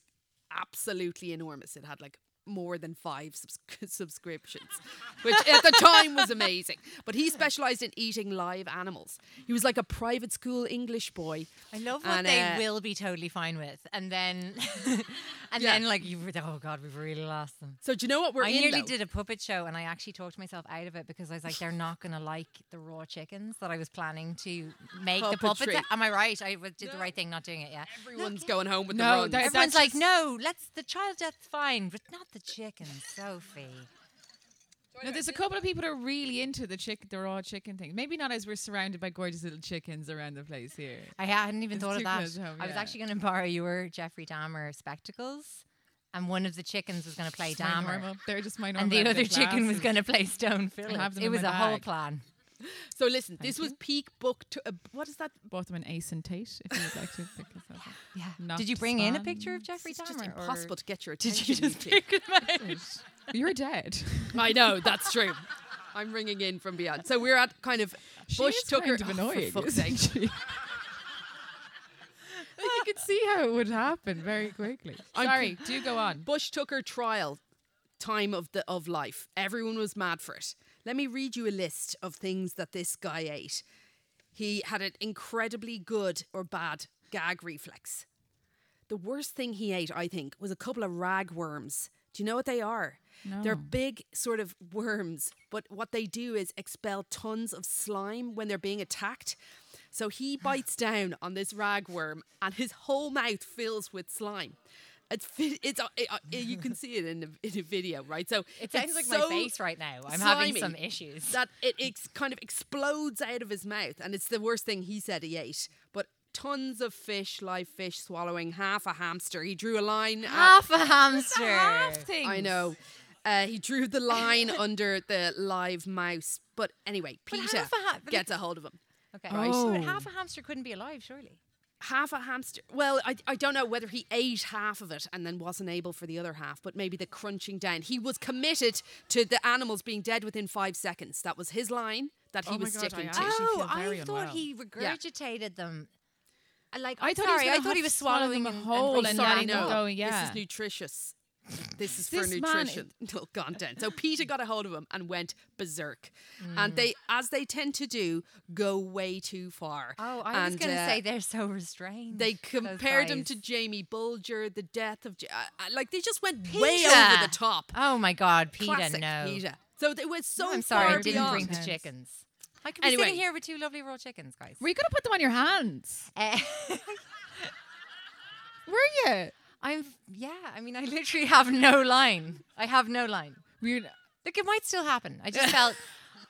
Speaker 1: absolutely enormous. It had like more than five subs- subscriptions, which at the time was amazing. But he specialized in eating live animals. He was like a private school English boy.
Speaker 2: I love what
Speaker 1: And,
Speaker 2: they
Speaker 1: uh,
Speaker 2: will be totally fine with, and then, and
Speaker 1: Yeah.
Speaker 2: then like you, re- oh god, we've really lost them.
Speaker 1: So do you know what we're
Speaker 2: I
Speaker 1: in?
Speaker 2: nearly
Speaker 1: though?
Speaker 2: did a puppet show, and I actually talked myself out of it because I was like, they're not going to like the raw chickens that I was planning to make the puppets.
Speaker 1: Puppetry.
Speaker 2: Am I right? I w- did the right thing, not doing it. Yeah.
Speaker 1: Everyone's going home with
Speaker 3: No,
Speaker 1: the runs.
Speaker 3: that- Every-
Speaker 2: Everyone's like,
Speaker 3: that's
Speaker 2: no, let's the child death's fine, but not the chickens, Sophie.
Speaker 3: No, there's a couple of people that are really into the chick, the raw chicken thing. Maybe not as we're surrounded by gorgeous little chickens around the place here.
Speaker 2: I hadn't even
Speaker 3: It's
Speaker 2: thought of
Speaker 3: too
Speaker 2: that.
Speaker 3: close to home,
Speaker 2: I was
Speaker 3: yeah.
Speaker 2: actually going to borrow your Jeffrey Dahmer spectacles, and one of the chickens was going to play
Speaker 3: Just my
Speaker 2: Dahmer,
Speaker 3: normal- They're just my normal.
Speaker 2: and the
Speaker 3: little
Speaker 2: other chicken was
Speaker 3: glasses.
Speaker 2: going to play Stone Phillips.
Speaker 3: have them
Speaker 2: It
Speaker 3: in
Speaker 2: was a
Speaker 3: my
Speaker 2: whole
Speaker 3: bag.
Speaker 2: plan.
Speaker 1: so listen, this was peak book. To, uh, what is that?
Speaker 3: Bought them an Ace and Tate. If you'd like to pick us up.
Speaker 2: Yeah.
Speaker 3: Not
Speaker 2: Did you bring in a picture of
Speaker 3: fun.
Speaker 2: Jeffrey
Speaker 1: It's
Speaker 2: Dahmer?
Speaker 1: just
Speaker 2: or-
Speaker 1: impossible to get your
Speaker 2: Did
Speaker 1: attention.
Speaker 2: you just
Speaker 1: Eugene.
Speaker 2: pick them out?
Speaker 3: You're dead.
Speaker 1: I know that's true. I'm ringing in from beyond. So we're at kind of
Speaker 3: She
Speaker 1: Bush
Speaker 3: is
Speaker 1: Tucker.
Speaker 3: kind of
Speaker 1: Oh, for
Speaker 3: annoying.
Speaker 1: fuck's
Speaker 3: isn't
Speaker 1: sake.
Speaker 3: she? like you could see how it would happen very quickly.
Speaker 1: I'm
Speaker 3: Sorry, do go on.
Speaker 1: Bush Tucker trial time of the of life. Everyone was mad for it. Let me read you a list of things that this guy ate. He had an incredibly good or bad gag reflex. The worst thing he ate, I think, was a couple of ragworms. Do you know what they are? They're big sort of worms, but what they do is expel tons of slime when they're being attacked. So he bites down on this ragworm and his whole mouth fills with slime. It's fi- it's uh, uh, uh, you can see it in the in a video, right? So
Speaker 2: It sounds like
Speaker 1: it's
Speaker 2: my
Speaker 1: so
Speaker 2: face right now. I'm having
Speaker 1: slimy
Speaker 2: some issues.
Speaker 1: That it ex- kind of explodes out of his mouth, and it's the worst thing he said he ate. But tons of fish, live fish, swallowing half a hamster. He drew a line. at-
Speaker 2: Half a hamster.
Speaker 1: I know. Uh, he drew the line under the live mouse. But anyway,
Speaker 2: But
Speaker 1: Peter
Speaker 2: half a ha- but
Speaker 1: gets a hold of him.
Speaker 2: Okay.
Speaker 1: Right.
Speaker 2: But
Speaker 3: Oh.
Speaker 2: half a hamster couldn't be alive, surely.
Speaker 1: Half a hamster. Well, I, I don't know whether he ate half of it and then wasn't able for the other half, but maybe the crunching down. He was committed to the animals being dead within five seconds. That was his line that he
Speaker 3: Oh my
Speaker 1: was
Speaker 3: God, I
Speaker 1: sticking to.
Speaker 3: actually feel
Speaker 2: I
Speaker 3: very
Speaker 2: thought
Speaker 3: unwell.
Speaker 2: he regurgitated them. I Like,
Speaker 3: I thought he was
Speaker 2: sorry, I
Speaker 3: gonna
Speaker 2: thought
Speaker 3: have
Speaker 2: he was
Speaker 3: to swallow
Speaker 2: swallowing
Speaker 3: them
Speaker 2: and-
Speaker 3: whole
Speaker 2: and,
Speaker 3: and
Speaker 2: sorry,
Speaker 1: sorry,
Speaker 3: letting them
Speaker 1: no.
Speaker 2: no.
Speaker 3: go,
Speaker 1: This
Speaker 3: yeah.
Speaker 1: is nutritious. This is for
Speaker 3: This man is-
Speaker 1: nutritional content. So Peter got a hold of him and went berserk. And they,
Speaker 2: Mm.
Speaker 1: as they tend to do, go way too far.
Speaker 2: Oh, I was
Speaker 1: And,
Speaker 2: going to
Speaker 1: uh,
Speaker 2: say they're so restrained.
Speaker 1: They
Speaker 2: those
Speaker 1: compared him
Speaker 2: guys.
Speaker 1: to Jamie Bulger, the death of. Ja- I- I- like, they just went way over the
Speaker 2: Peter.
Speaker 1: top.
Speaker 2: Oh my God, Peter!
Speaker 1: Classic
Speaker 2: no,
Speaker 1: PETA. So they went so
Speaker 2: No, I'm
Speaker 1: far
Speaker 2: sorry, I didn't
Speaker 1: beyond.
Speaker 2: bring the
Speaker 3: Sometimes.
Speaker 2: chickens. I could be
Speaker 1: Anyway.
Speaker 2: sitting here with two lovely raw chickens, guys.
Speaker 3: Were you gonna put them on your hands?
Speaker 2: Eh,
Speaker 3: Were you?
Speaker 2: I'm yeah. I mean, I literally have no line. I have no line.
Speaker 3: Weird.
Speaker 2: Look, it might still happen. I just felt.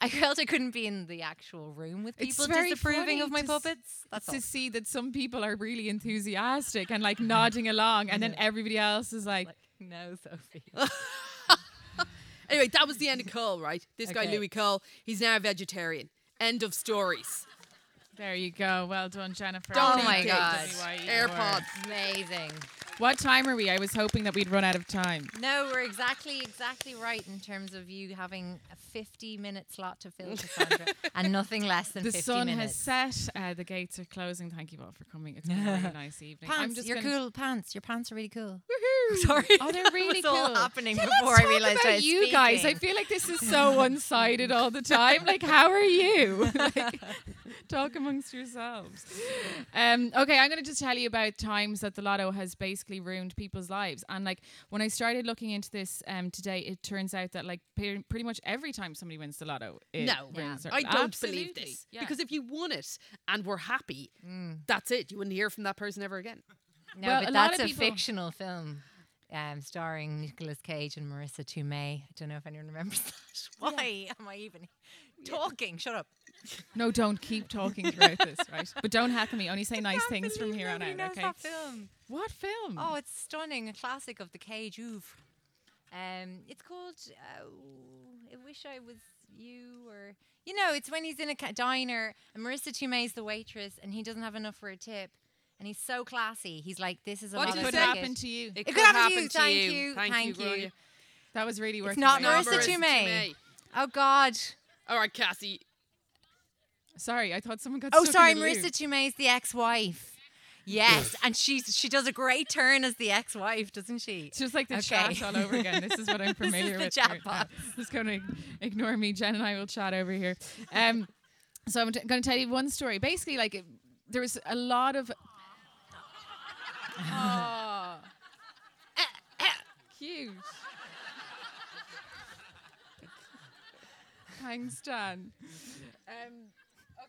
Speaker 2: I felt I couldn't be in the actual room with
Speaker 3: It's
Speaker 2: people
Speaker 3: very
Speaker 2: disapproving
Speaker 3: funny
Speaker 2: of my
Speaker 3: to s-
Speaker 2: puppets. That's all.
Speaker 3: to see that some people are really enthusiastic and like nodding along, and then everybody else is like,
Speaker 2: Like, no, Sophie.
Speaker 1: Anyway, that was the end of Cole, right? This guy,
Speaker 2: Okay.
Speaker 1: Louis Cole, he's now a vegetarian. End of stories.
Speaker 3: "There you go, well done, Jennifer."
Speaker 1: Don't
Speaker 2: Oh my
Speaker 1: eat
Speaker 2: God.
Speaker 1: pigs.
Speaker 3: Why you
Speaker 1: AirPods.
Speaker 2: Amazing.
Speaker 3: What time are we? I was hoping that we'd run out of time.
Speaker 2: No, we're exactly exactly right in terms of you having a 50 minute slot to fill, Cassandra, and nothing less than
Speaker 3: The
Speaker 2: 50
Speaker 3: sun
Speaker 2: minutes.
Speaker 3: has set. Uh, the gates are closing. Thank you all for coming. It's been a really nice evening. I'm
Speaker 2: Pants,
Speaker 3: just
Speaker 2: you're
Speaker 3: gonna-
Speaker 2: cool. Pants, your pants are really cool. Sorry,
Speaker 3: Oh, they're
Speaker 2: that
Speaker 3: really
Speaker 2: was all
Speaker 3: cool.
Speaker 2: happening
Speaker 3: Yeah,
Speaker 2: before
Speaker 3: let's
Speaker 2: I
Speaker 3: talk
Speaker 2: realized
Speaker 3: about
Speaker 2: I was
Speaker 3: you guys. I
Speaker 2: speaking.
Speaker 3: feel like this is so one-sided all the time. Like, how are you? like, talk amongst yourselves. Um, okay, I'm going to just tell you about times that the lotto has basically ruined people's lives. And like, when I started looking into this um, today, it turns out that like pe- pretty much every time somebody wins the lotto, it
Speaker 1: No.
Speaker 2: Yeah.
Speaker 3: ruins their-
Speaker 1: I don't believe
Speaker 3: Absolutely.
Speaker 1: this
Speaker 3: Yeah.
Speaker 1: because if you won it and were happy,
Speaker 2: Mm.
Speaker 1: that's it. You wouldn't hear from that person ever again.
Speaker 2: No,
Speaker 3: Well,
Speaker 2: but
Speaker 3: a lot
Speaker 2: that's
Speaker 3: of
Speaker 2: a
Speaker 3: people-
Speaker 2: fictional film um, starring Nicolas Cage and Marissa Tomei. I don't know if anyone remembers that. Why am I even talking? Shut up.
Speaker 3: no, don't keep talking throughout this, right? But don't heckle me. Only say nice things from here on out, okay? What film?
Speaker 2: Oh, it's stunning. A classic of the Cage oeuvre. Um, it's called uh, I Wish I Was You or... You know, it's when he's in a ca- diner and Marissa Tomei's the waitress and he doesn't have enough for a tip. And he's so classy. He's like, this is a
Speaker 1: What
Speaker 2: lot
Speaker 1: did
Speaker 2: of
Speaker 1: it
Speaker 3: could
Speaker 1: say?
Speaker 2: ticket.
Speaker 3: happen to you.
Speaker 2: It could happen to you. Thank you.
Speaker 1: Thank,
Speaker 2: Thank
Speaker 1: you,
Speaker 2: you.
Speaker 1: Gloria.
Speaker 3: That was really worth.
Speaker 2: not
Speaker 3: my while.
Speaker 2: Marissa Marissa Tomei. Tomei. Oh, God.
Speaker 1: All right, Cassie.
Speaker 3: Sorry, I thought someone got.
Speaker 2: Oh,
Speaker 3: stuck
Speaker 2: sorry,
Speaker 3: in the loo.
Speaker 2: Marissa Tomei's the ex-wife. Yes, and she's she does a great turn as the ex-wife, doesn't she?
Speaker 3: It's just like the
Speaker 2: Okay.
Speaker 3: chat all over again. This is what I'm
Speaker 2: This is
Speaker 3: familiar
Speaker 2: the
Speaker 3: with.
Speaker 2: chat
Speaker 3: right now.
Speaker 2: box.
Speaker 3: Just going to ignore me. Jen and I will chat over here. Um, so I'm t- going to tell you one story. Basically, like it, there was a lot of. Aw. cute. Thanks, Dan. Um,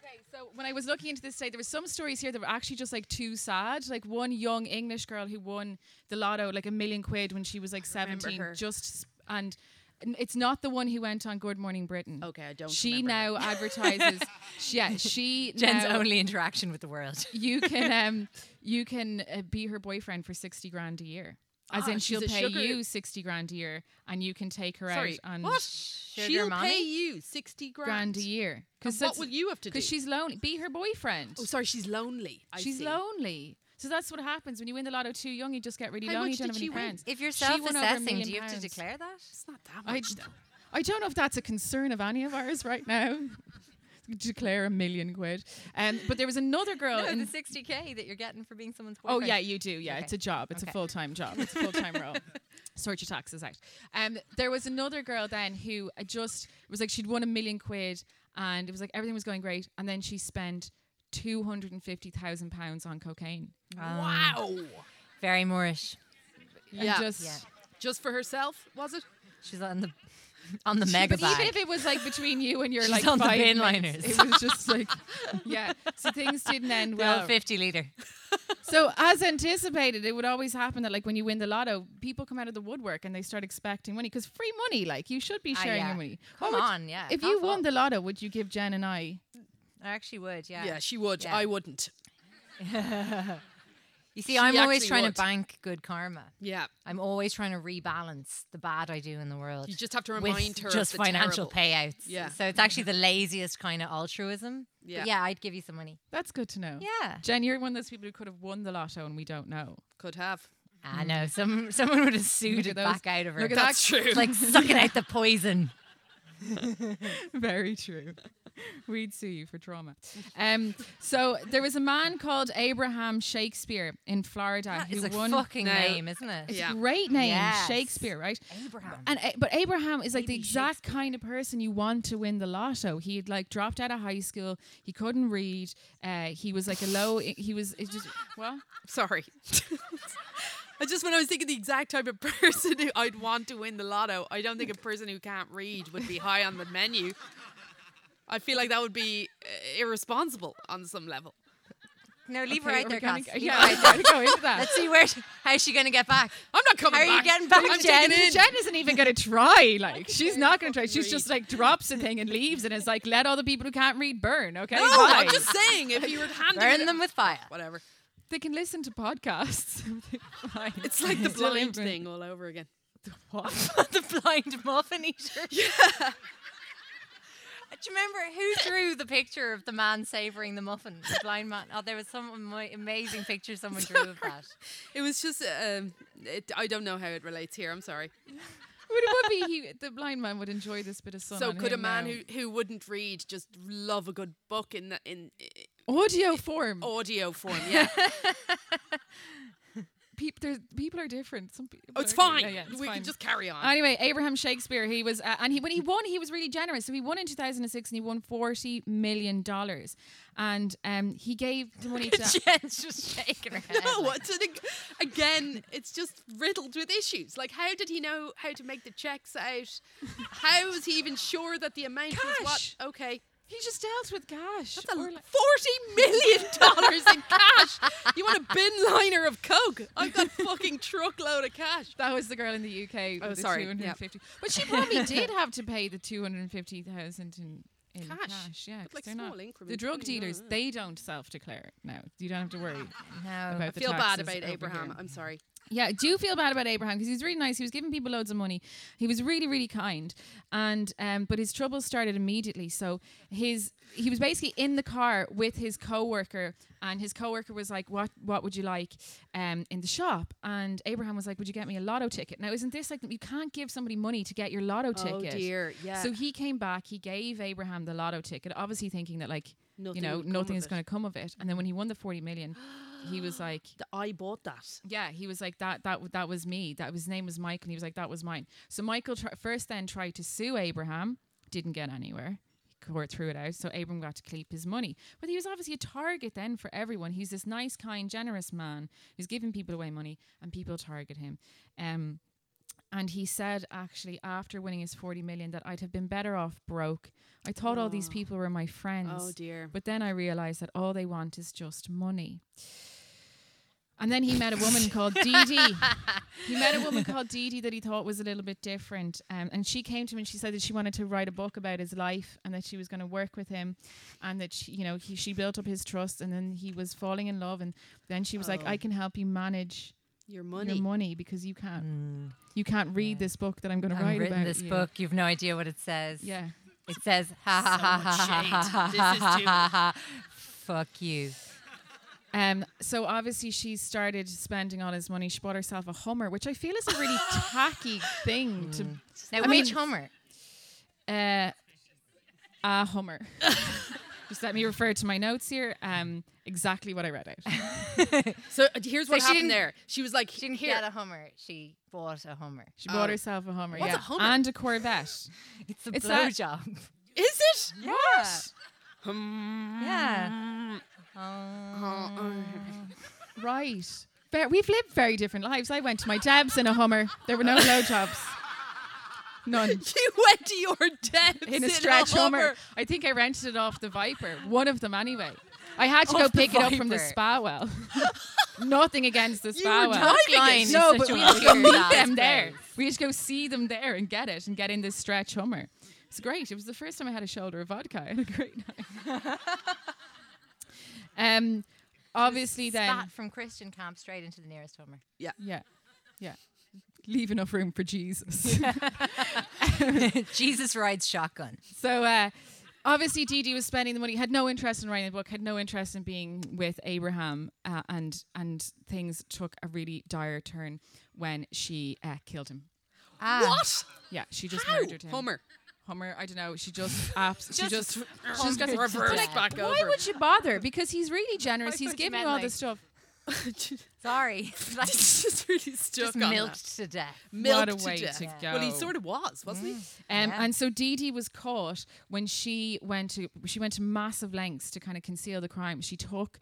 Speaker 3: Okay, so when I was looking into this today, there were some stories here that were actually just like too sad. Like one young English girl who won the lotto like a million quid when she was like
Speaker 1: remember
Speaker 3: seventeen.
Speaker 1: her.
Speaker 3: Just s- and n- it's not the one who went on Good Morning Britain.
Speaker 1: Okay, I don't.
Speaker 3: She
Speaker 1: remember
Speaker 3: now advertises. she, yeah, she
Speaker 2: Jen's
Speaker 3: now,
Speaker 2: only interaction with the world.
Speaker 3: You can um, you can uh, be her boyfriend for sixty grand a year. As
Speaker 1: Ah,
Speaker 3: in,
Speaker 1: she's
Speaker 3: she'll
Speaker 1: a
Speaker 3: pay
Speaker 1: sugar-
Speaker 3: you sixty grand a year, and you can take her
Speaker 1: her. Sorry.
Speaker 3: out on
Speaker 1: what?
Speaker 2: Sugar
Speaker 1: She'll
Speaker 2: mommy?
Speaker 1: pay you sixty grand.
Speaker 3: grand a year.
Speaker 1: And what will you have to do?
Speaker 3: Because she's lonely. Be her boyfriend.
Speaker 1: oh, sorry, she's lonely. I
Speaker 3: She's
Speaker 1: see.
Speaker 3: lonely. So that's what happens when you win the lotto too young. You just get really
Speaker 1: How
Speaker 3: lonely.
Speaker 1: much
Speaker 3: You don't
Speaker 1: did
Speaker 3: have any
Speaker 1: she win?
Speaker 3: friends.
Speaker 2: If you're
Speaker 3: She won over a
Speaker 2: self-assessing,
Speaker 3: million
Speaker 2: do you have to
Speaker 3: pounds.
Speaker 2: declare that?
Speaker 1: It's not that
Speaker 3: I,
Speaker 1: much though.
Speaker 3: I don't know if that's a concern of any of ours right now. Declare a million quid. Um, but there was another
Speaker 2: Oh,
Speaker 3: girl. in,
Speaker 2: 60k that you're getting for being someone's
Speaker 3: oh yeah, you do. Yeah,
Speaker 2: Okay.
Speaker 3: it's a job. It's a
Speaker 2: Okay.
Speaker 3: full time job. It's a full time role. Sort your taxes out. Um, there was another girl then who uh, just it was like she'd won a million quid, and it was like everything was going great, and then she spent two hundred and fifty thousand pounds on cocaine.
Speaker 1: Wow.
Speaker 2: um, Very Moorish.
Speaker 1: Yeah.
Speaker 3: And just
Speaker 2: Yeah.
Speaker 1: Just for herself, was it?
Speaker 2: She's on the on the
Speaker 3: She-
Speaker 2: mega
Speaker 3: but even
Speaker 2: bag.
Speaker 3: if it was like between you and your
Speaker 2: She's
Speaker 3: like
Speaker 2: on the
Speaker 3: five
Speaker 2: bin
Speaker 3: minutes,
Speaker 2: liners.
Speaker 3: it was just like yeah. So things didn't end
Speaker 2: The old
Speaker 3: well.
Speaker 2: 50 liter.
Speaker 3: So as anticipated, it would always happen that like when you win the lotto, people come out of the woodwork and they start expecting money because free money. Like you should be
Speaker 2: Ah,
Speaker 3: sharing
Speaker 2: yeah.
Speaker 3: your money.
Speaker 2: Come
Speaker 3: What would-
Speaker 2: on, yeah.
Speaker 3: If you
Speaker 2: cough
Speaker 3: won
Speaker 2: up.
Speaker 3: the lotto, would you give Jen and I?
Speaker 2: I actually would. Yeah.
Speaker 1: Yeah, she would.
Speaker 2: Yeah.
Speaker 1: I wouldn't.
Speaker 2: you see, I'm always
Speaker 1: actually
Speaker 2: trying
Speaker 1: would.
Speaker 2: to bank good karma.
Speaker 1: Yeah.
Speaker 2: I'm always trying to rebalance the bad I do in the world.
Speaker 1: You just have to
Speaker 2: with
Speaker 1: remind her of
Speaker 2: just
Speaker 1: the
Speaker 2: financial
Speaker 1: terrible.
Speaker 2: payouts.
Speaker 1: Yeah.
Speaker 2: So it's actually the laziest kind of altruism. But
Speaker 1: Yeah.
Speaker 2: yeah, I'd give you some money.
Speaker 3: That's good to know.
Speaker 2: Yeah.
Speaker 3: Jen, you're one of those people who could have won the lotto and we don't know.
Speaker 1: Could have.
Speaker 2: I know. Some someone would have sued
Speaker 3: at
Speaker 2: it
Speaker 3: those-
Speaker 2: back out of her.
Speaker 3: look at
Speaker 1: That's true.
Speaker 2: It's like sucking out the poison.
Speaker 3: Very true. We'd sue you for trauma. Um, so there was a man called Abraham Shakespeare in Florida who
Speaker 2: It's a
Speaker 3: won.
Speaker 2: fucking
Speaker 1: No.
Speaker 2: name, isn't it?
Speaker 3: It's
Speaker 1: Yeah.
Speaker 3: a great name,
Speaker 2: Yes.
Speaker 3: Shakespeare, right?
Speaker 2: Abraham.
Speaker 3: And A- but Abraham is like the
Speaker 2: Maybe
Speaker 3: exact kind of person you want to win the lotto. He had like dropped out of high school. He couldn't read. Uh, he was like a low. He was it just well.
Speaker 1: Sorry. I just when I was thinking the exact type of person who I'd want to win the lotto, I don't think a person who can't read would be high on the menu. I feel like that would be uh, irresponsible on some level.
Speaker 2: No, leave
Speaker 3: Okay,
Speaker 2: her
Speaker 3: are
Speaker 2: out
Speaker 3: we
Speaker 2: there,
Speaker 3: gonna
Speaker 2: Cass.
Speaker 3: g-
Speaker 2: Leave
Speaker 3: Yeah,
Speaker 2: her
Speaker 3: I'm
Speaker 2: out there.
Speaker 3: gonna go into that.
Speaker 2: Let's see where. She, how's she going to get back?
Speaker 1: I'm not coming
Speaker 2: How are you
Speaker 1: back.
Speaker 2: getting back,
Speaker 1: I'm
Speaker 2: Jen?
Speaker 1: digging in.
Speaker 3: Jen isn't even going to try. Like, she's not going to try. She's just like drops a thing and leaves, and it's like, let all the people who can't read burn. Okay,
Speaker 1: No,
Speaker 3: Bye.
Speaker 1: I'm just saying if you were handing
Speaker 2: Burn
Speaker 1: it-
Speaker 2: them with fire.
Speaker 1: whatever.
Speaker 3: they can listen to podcasts. Fine.
Speaker 1: It's like the
Speaker 3: Still
Speaker 1: blind
Speaker 3: imprint.
Speaker 1: thing all over again.
Speaker 3: What?
Speaker 2: the blind muffin eater. Yeah. Do you remember who drew the picture of the man savouring the muffin? The blind man. Oh, there was some ama- amazing picture someone drew of that.
Speaker 1: It was just um, it, I don't know how it relates here. I'm sorry.
Speaker 3: it would be he, the blind man would enjoy this bit of sun.
Speaker 1: So
Speaker 3: on
Speaker 1: could a
Speaker 3: him
Speaker 1: man
Speaker 3: now.
Speaker 1: who, who wouldn't read just love a good book in the, in i-
Speaker 3: audio form?
Speaker 1: audio form? Yeah,
Speaker 3: Peop- there's, people are different. Some people
Speaker 1: oh, it's
Speaker 3: are-
Speaker 1: fine.
Speaker 3: yeah, yeah, it's
Speaker 1: we
Speaker 3: fine.
Speaker 1: can just carry on.
Speaker 3: Anyway, Abraham Shakespeare, he was, uh, and he when he won, he was really generous. So he won in 2006, and he won 40 million dollars, and um, he gave the money to.
Speaker 2: Jen's just shaking her head.
Speaker 1: no,
Speaker 2: like,
Speaker 1: it's an, again, it's just riddled with issues. Like, how did he know how to make the checks out? How was he even sure that the amount was
Speaker 3: Cash.
Speaker 1: what? Okay,
Speaker 3: he just dealt with cash.
Speaker 1: That's a forty
Speaker 3: or like-
Speaker 1: million dollars in cash. You want a bin liner of coke? I've got a fucking truckload of cash.
Speaker 3: that was the girl in the UK.
Speaker 1: Oh,
Speaker 3: with the
Speaker 1: sorry,
Speaker 3: 250. But she probably did have to pay the 250,000 in, in
Speaker 1: Cash.
Speaker 3: cash. Yeah, 'cause
Speaker 1: like
Speaker 3: they're not.
Speaker 1: small increments,
Speaker 3: The drug
Speaker 1: you know, uh.
Speaker 3: dealers,
Speaker 1: yeah.
Speaker 3: they don't self-declare now. You don't have to worry
Speaker 2: no.
Speaker 3: about
Speaker 1: Oh,
Speaker 3: the
Speaker 1: Feel bad
Speaker 3: taxes
Speaker 1: about
Speaker 3: over
Speaker 1: Abraham.
Speaker 3: here.
Speaker 1: I'm sorry.
Speaker 3: Yeah, I do feel bad about Abraham because he's really nice. He was giving people loads of money. He was really, really kind, and um, but his troubles started immediately. So his he was basically in the car with his coworker, and his coworker was like, "What what would you like um, in the shop?" And Abraham was like, "Would you get me a lotto ticket?" Now, isn't this like you can't give somebody money to get your lotto ticket?
Speaker 1: Oh dear. Yeah.
Speaker 3: So he came back. He gave Abraham the lotto ticket, obviously thinking that like
Speaker 1: Nothing
Speaker 3: you know
Speaker 1: would come
Speaker 3: nothing
Speaker 1: of
Speaker 3: is
Speaker 1: it.
Speaker 3: going to come of it. And then when he won the forty million, he was like.
Speaker 1: The- I bought that.
Speaker 3: Yeah, he was like that. That w- that was me. That his name was Michael. And he was like that was mine. So Michael tr- first then tried to sue Abraham, didn't get anywhere. Court threw it out, so Abraham got to keep his money. But he was obviously a target then for everyone. He's this nice, kind, generous man who's giving people away money, and people target him. Um, and he said actually after winning his forty million that I'd have been better off broke. I thought all these
Speaker 1: Oh.
Speaker 3: people were my friends.
Speaker 1: Oh dear.
Speaker 3: But then I realized that all they want is just money. And then he met a woman called Dee Dee. He met a woman called Dee Dee that he thought was a little bit different. Um, and she came to him and she said that she wanted to write a book about his life and that she was going to work with him and that, she, you know, he, she built up his trust and then he was falling in love. And then she was like,
Speaker 1: Oh.
Speaker 3: I can help you manage
Speaker 1: Your money.
Speaker 3: your money because you can't, you can't read this book that I'm going to
Speaker 2: I've
Speaker 3: write
Speaker 2: written
Speaker 3: about
Speaker 2: this
Speaker 3: you."
Speaker 2: book. You've no idea what it says.
Speaker 3: Yeah.
Speaker 2: It says, ha ha ha
Speaker 1: much
Speaker 2: ha
Speaker 1: shade.
Speaker 2: ha ha
Speaker 1: This
Speaker 2: ha
Speaker 1: is
Speaker 2: ha
Speaker 1: too-
Speaker 2: ha ha. Fuck you.
Speaker 3: Um, so obviously she started spending all his money. She bought herself a Hummer, which I feel is a really tacky thing to
Speaker 2: Now,
Speaker 3: I
Speaker 2: which
Speaker 3: mean-
Speaker 2: Hummer?
Speaker 1: Hmm.
Speaker 3: uh, a Hummer. Just let me refer to my notes here. Um, exactly what I read out.
Speaker 1: So uh, here's what
Speaker 2: she
Speaker 1: happened
Speaker 2: didn't-
Speaker 1: there. She was like,
Speaker 2: She didn't
Speaker 1: here.
Speaker 2: get a Hummer. She bought a Hummer.
Speaker 3: She bought
Speaker 1: Oh.
Speaker 3: herself a Hummer,
Speaker 1: What's a
Speaker 3: yeah,
Speaker 1: Hummer?
Speaker 3: and a Corvette.
Speaker 2: It's a
Speaker 3: It's that-
Speaker 2: blowjob.
Speaker 1: Is it? Hmm.
Speaker 2: Yeah. Yeah. Um,
Speaker 3: Right. Ve- We've lived very different lives. I went to my Debs in a Hummer. There were no blowjobs. None.
Speaker 1: You went to your debts
Speaker 3: In a stretch Hummer.
Speaker 1: Hummer.
Speaker 3: I think I rented it off the Viper. One of them anyway. I had to go
Speaker 2: Off the
Speaker 3: pick it up from the
Speaker 2: Viper.
Speaker 3: spa well. Nothing against the
Speaker 1: You were
Speaker 3: spa well.
Speaker 1: driving
Speaker 2: line
Speaker 1: it.
Speaker 2: is
Speaker 3: No,
Speaker 2: such
Speaker 3: but
Speaker 2: a
Speaker 3: we had to go
Speaker 2: weird
Speaker 3: meet
Speaker 2: last
Speaker 3: them there.
Speaker 2: place.
Speaker 3: We had to go see them there and get it and get in this stretch hummer. It's great. It was the first time I had a shoulder of vodka. I had a great night. um, obviously then,
Speaker 2: Spat from Christian camp straight into the nearest Hummer.
Speaker 3: yeah, yeah. Leave enough room for Jesus.
Speaker 2: Jesus rides shotgun.
Speaker 3: So uh, obviously, Dee Dee was spending the money, had no interest in writing the book, had no interest in being with Abraham, uh, and and things took a really dire turn when she uh, killed him.
Speaker 2: Ah.
Speaker 1: What?
Speaker 3: Yeah, she just
Speaker 1: How?
Speaker 3: murdered him.
Speaker 1: Hummer.
Speaker 3: Hummer, I don't know. She just, abs- she just, she
Speaker 1: She's
Speaker 3: just
Speaker 1: got
Speaker 3: got
Speaker 1: reverse
Speaker 2: like,
Speaker 1: back
Speaker 3: Why
Speaker 1: over.
Speaker 3: would you bother? Because he's really generous.
Speaker 2: I
Speaker 3: He's
Speaker 2: thought you
Speaker 3: giving you
Speaker 2: meant
Speaker 3: all
Speaker 2: like-
Speaker 3: this stuff.
Speaker 2: Sorry. Like,
Speaker 1: It's just really stuck
Speaker 2: just
Speaker 1: on
Speaker 2: milked to death.
Speaker 1: that. Milked
Speaker 3: what a way
Speaker 1: to death.
Speaker 3: to go.
Speaker 1: Well, he sort of was, wasn't he?
Speaker 3: Um,
Speaker 2: Yeah.
Speaker 3: And so Dee Dee was caught when she went to she went to massive lengths to kind of conceal the crime. She took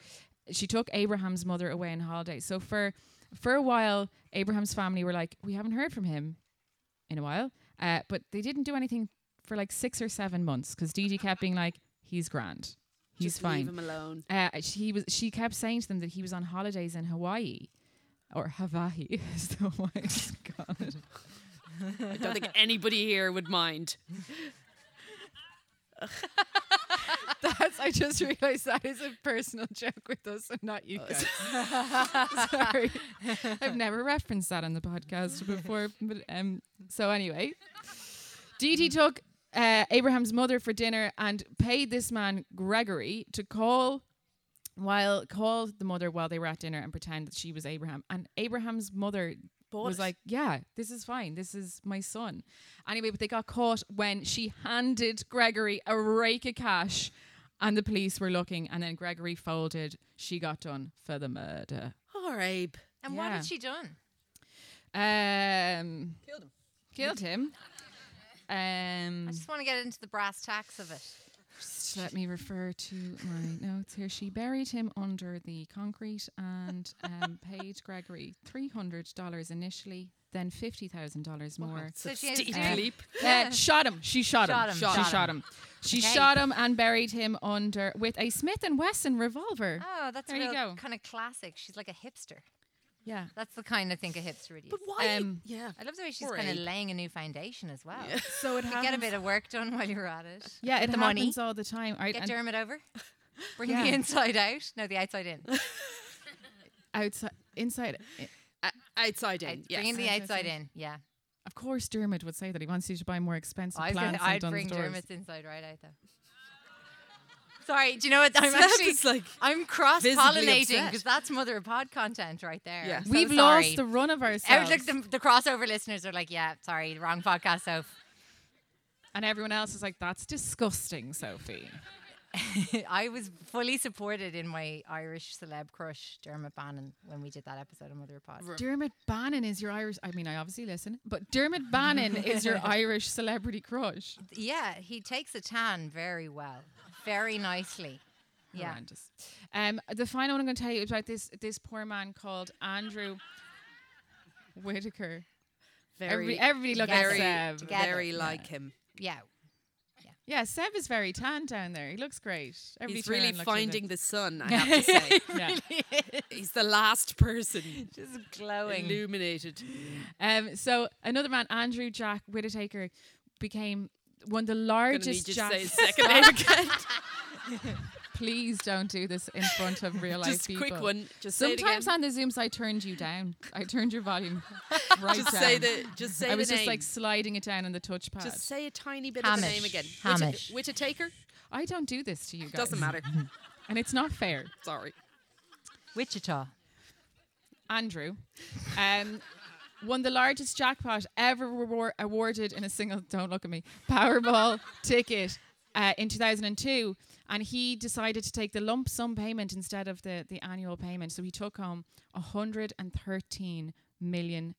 Speaker 3: she took Abraham's mother away on holiday. So for for a while, Abraham's family were like, we haven't heard from him in a while, uh, but they didn't do anything for like six or seven months because Dee Dee kept being like, he's grand, he's
Speaker 1: Just
Speaker 3: fine.
Speaker 1: Leave him alone.
Speaker 3: Uh, she was. She kept saying to them that he was on holidays in Hawaii, or Hawaii, as the Hawaiians call it.
Speaker 1: I don't think anybody here would mind.
Speaker 3: That's. I just realized that is a personal joke with us and not you guys. Sorry, I've never referenced that on the podcast before. But um, so anyway, Dee Dee took uh, Abraham's mother for dinner and paid this man Gregory to call while call the mother while they were at dinner and pretend that she was Abraham. And Abraham's mother
Speaker 1: Bought
Speaker 3: was
Speaker 1: it.
Speaker 3: like, yeah, this is fine. This is my son. Anyway, but they got caught when she handed Gregory a rake of cash and the police were looking. And then Gregory folded. She got done for the murder.
Speaker 1: All right.
Speaker 2: And what
Speaker 3: Yeah.
Speaker 2: had she done?
Speaker 3: Um,
Speaker 1: Killed him.
Speaker 3: killed him. Um,
Speaker 2: I just want to get into the brass tacks of it.
Speaker 3: just let me refer to my notes here. She buried him under the concrete and um, paid Gregory three hundred dollars initially, then fifty thousand dollars more.
Speaker 2: So she has
Speaker 1: Steep
Speaker 2: to-
Speaker 1: leap.
Speaker 3: Uh, shot him. She shot,
Speaker 2: Shot
Speaker 3: him.
Speaker 2: him.
Speaker 3: Shot, she
Speaker 2: Shot
Speaker 3: shot him. She
Speaker 2: Okay.
Speaker 3: shot him and buried him under with a Smith and Wesson revolver.
Speaker 2: Oh, that's
Speaker 3: There you go.
Speaker 2: kind of classic. She's like a hipster.
Speaker 3: Yeah.
Speaker 2: That's the kind I think a hipster would use.
Speaker 1: But why?
Speaker 3: Um,
Speaker 1: yeah.
Speaker 2: I love the way she's
Speaker 1: Or
Speaker 2: kind of
Speaker 1: ape.
Speaker 2: laying a new foundation as well.
Speaker 1: So it
Speaker 2: You get a
Speaker 1: happens.
Speaker 2: bit of work done while you're at it.
Speaker 3: Yeah, it
Speaker 2: Get the money.
Speaker 3: happens all the time. All right,
Speaker 2: Get
Speaker 3: and
Speaker 2: Dermot over. Bring
Speaker 3: Yeah.
Speaker 2: the inside out. No, the outside in.
Speaker 3: outside, inside. eh, i-
Speaker 1: Uh, outside in.
Speaker 2: Out-
Speaker 1: Yes.
Speaker 2: Bringing the
Speaker 3: Outside
Speaker 2: outside
Speaker 3: in.
Speaker 2: in. Yeah.
Speaker 3: Of course, Dermot would say that he wants you to buy more expensive
Speaker 2: I was
Speaker 3: plants
Speaker 2: gonna,
Speaker 3: and
Speaker 2: I'd
Speaker 3: done
Speaker 2: bring
Speaker 3: stores.
Speaker 2: Dermot's inside right out though. Sorry, do you know what? I'm
Speaker 1: Seb
Speaker 2: actually
Speaker 1: is, like,
Speaker 2: I'm cross pollinating
Speaker 1: upset.
Speaker 2: because that's mother of pod content right there.
Speaker 1: Yeah.
Speaker 2: I'm so
Speaker 3: We've
Speaker 2: sorry.
Speaker 3: lost the run of ourselves,
Speaker 2: Outlook, the, the crossover listeners are like, yeah, sorry, wrong podcast, Soph.
Speaker 3: and everyone else is like, "That's disgusting, Sophie."
Speaker 2: I was fully supported in my Irish celeb crush, Dermot Bannon, when we did that episode of Mother of Pod.
Speaker 3: Dermot Bannon is your Irish. I mean, I obviously listen, but Dermot Bannon is your Irish celebrity crush.
Speaker 2: Yeah, he takes a tan very well, very nicely. Yeah.
Speaker 3: Horrendous. Um, the final one I'm going to tell you is about this this poor man called Andrew Whitaker.
Speaker 1: Very,
Speaker 3: Everybody, everybody look
Speaker 2: very-
Speaker 3: at Seb.
Speaker 2: together.
Speaker 1: very like him.
Speaker 2: Yeah.
Speaker 3: Yeah, Seb is very tan down there. He looks great. Everybody
Speaker 1: He's really
Speaker 3: turn around and looks at
Speaker 1: finding the sun, I have to say.
Speaker 3: him. Yeah.
Speaker 1: He's the last person
Speaker 2: Just
Speaker 3: Mm.
Speaker 2: glowing.
Speaker 1: illuminated.
Speaker 3: Um, so another man, Andrew Jack Whitaker, became one of the
Speaker 1: Gonna
Speaker 3: largest
Speaker 1: need you to
Speaker 3: jazz.
Speaker 1: say his second name again.
Speaker 3: Please don't do this in front of real life
Speaker 1: Just a
Speaker 3: people.
Speaker 1: quick one. Just say it
Speaker 3: Sometimes
Speaker 1: again.
Speaker 3: on the zooms I turned you down. I turned your volume right
Speaker 1: Just
Speaker 3: down.
Speaker 1: say the. Just say
Speaker 3: I was
Speaker 1: the
Speaker 3: just
Speaker 1: name.
Speaker 3: like sliding it down on the touchpad.
Speaker 1: Just say a tiny bit of the
Speaker 2: Hamish.
Speaker 1: name again.
Speaker 2: Hamish.
Speaker 1: Which taker?
Speaker 3: I don't do this to you guys.
Speaker 1: Doesn't matter.
Speaker 3: And it's not fair.
Speaker 1: Sorry.
Speaker 2: Wichita.
Speaker 3: Andrew um, won the largest jackpot ever rewar- awarded in a single, don't look at me, Powerball ticket uh, in 2002. And he decided to take the lump sum payment instead of the, the annual payment. So he took home $113 million.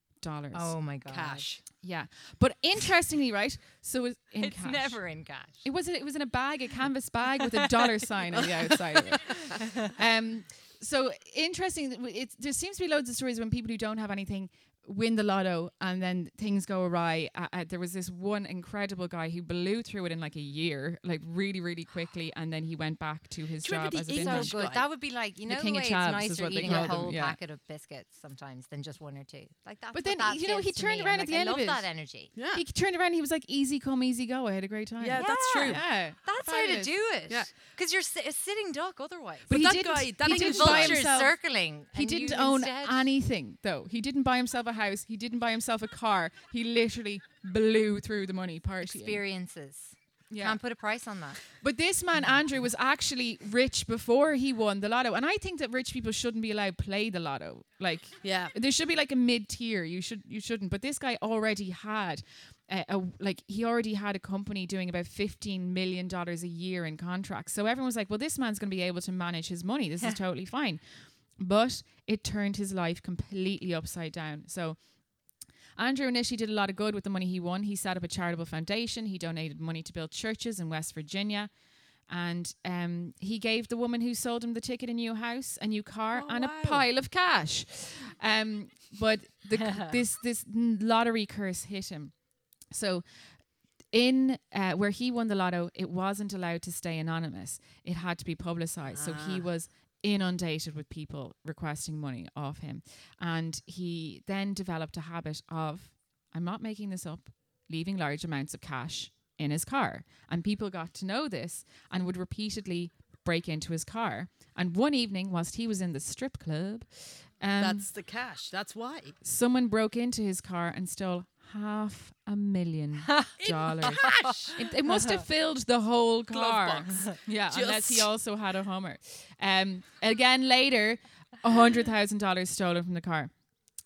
Speaker 2: Oh my God.
Speaker 1: Cash.
Speaker 3: Yeah. But interestingly, right? So it's in
Speaker 2: It's
Speaker 3: cash.
Speaker 2: never in cash.
Speaker 3: It was it was in a bag, a canvas bag with a dollar sign on the outside of it. Um, so interesting. that w- It's, there seems to be loads of stories when people who don't have anything win the lotto and then things go awry. Uh, uh, there was this one incredible guy who blew through it in like a year, like really, really quickly, and then he went back to his
Speaker 1: Do you
Speaker 3: job
Speaker 1: remember
Speaker 3: as a
Speaker 1: the
Speaker 2: So
Speaker 3: bin man.
Speaker 1: English- Cash
Speaker 2: good.
Speaker 1: guy.
Speaker 2: That would be like you know the,
Speaker 3: king
Speaker 2: way
Speaker 3: of
Speaker 2: it's
Speaker 3: chavs is
Speaker 2: nicer
Speaker 3: what they
Speaker 2: eating a
Speaker 3: call them,
Speaker 2: whole
Speaker 3: yeah.
Speaker 2: packet of biscuits sometimes than just one or two. Like that's
Speaker 3: But
Speaker 2: what
Speaker 3: then,
Speaker 2: that
Speaker 3: you know, he
Speaker 2: feels to
Speaker 3: turned
Speaker 2: me.
Speaker 3: around
Speaker 2: I'm like,
Speaker 3: at the end
Speaker 2: I
Speaker 3: of
Speaker 2: love
Speaker 3: it.
Speaker 2: that energy.
Speaker 1: Yeah.
Speaker 3: He turned around. He was like, "Easy come, easy go. I had a great time."
Speaker 1: Yeah, that's true.
Speaker 3: Yeah.
Speaker 2: That's how to
Speaker 3: Fabulous.
Speaker 2: do it.
Speaker 1: Yeah.
Speaker 2: Because you're si- a sitting duck otherwise.
Speaker 1: But
Speaker 3: he
Speaker 1: that
Speaker 3: didn't-
Speaker 1: guy, that
Speaker 3: he
Speaker 1: English
Speaker 3: didn't
Speaker 1: guy-
Speaker 3: buy
Speaker 2: vultures
Speaker 3: himself.
Speaker 2: circling.
Speaker 3: He
Speaker 2: and
Speaker 3: didn't
Speaker 2: you
Speaker 3: own
Speaker 2: instead-
Speaker 3: anything, though. He didn't buy himself a house. He didn't buy himself a car. He literally blew through the money party.
Speaker 2: experiences.
Speaker 3: Yeah.
Speaker 2: Can't put a price on that.
Speaker 3: But this man,
Speaker 2: Mm-hmm.
Speaker 3: Andrew, was actually rich before he won the lotto. And I think that rich people shouldn't be allowed play the lotto. Like,
Speaker 1: Yeah.
Speaker 3: there should be like a mid tier. You should, you shouldn't. But this guy already had, uh, a, like, he already had a company doing about fifteen million dollars a year in contracts. So everyone was like, "Well, this man's going to be able to manage his money. This is totally fine." But it turned his life completely upside down. So Andrew initially did a lot of good with the money he won. He set up a charitable foundation. He donated money to build churches in West Virginia. And um, he gave the woman who sold him the ticket a new house, a new car, and
Speaker 1: wow.
Speaker 3: a pile of cash. Um, but the, this this lottery curse hit him. So in uh, where he won the lotto, it wasn't allowed to stay anonymous. It had to be publicized. So he was inundated with people requesting money off him, and he then developed a habit of, I'm not making this up, leaving large amounts of cash in his car. And people got to know this and would repeatedly break into his car. And one evening, whilst he was in the strip club, um,
Speaker 1: That's the cash. That's why.
Speaker 3: someone broke into his car and stole half a million dollars. It, it must have filled the whole car.
Speaker 1: box.
Speaker 3: Yeah, unless he
Speaker 1: Just-
Speaker 3: also had a Hummer. Um, again later, a hundred thousand dollars stolen from the car.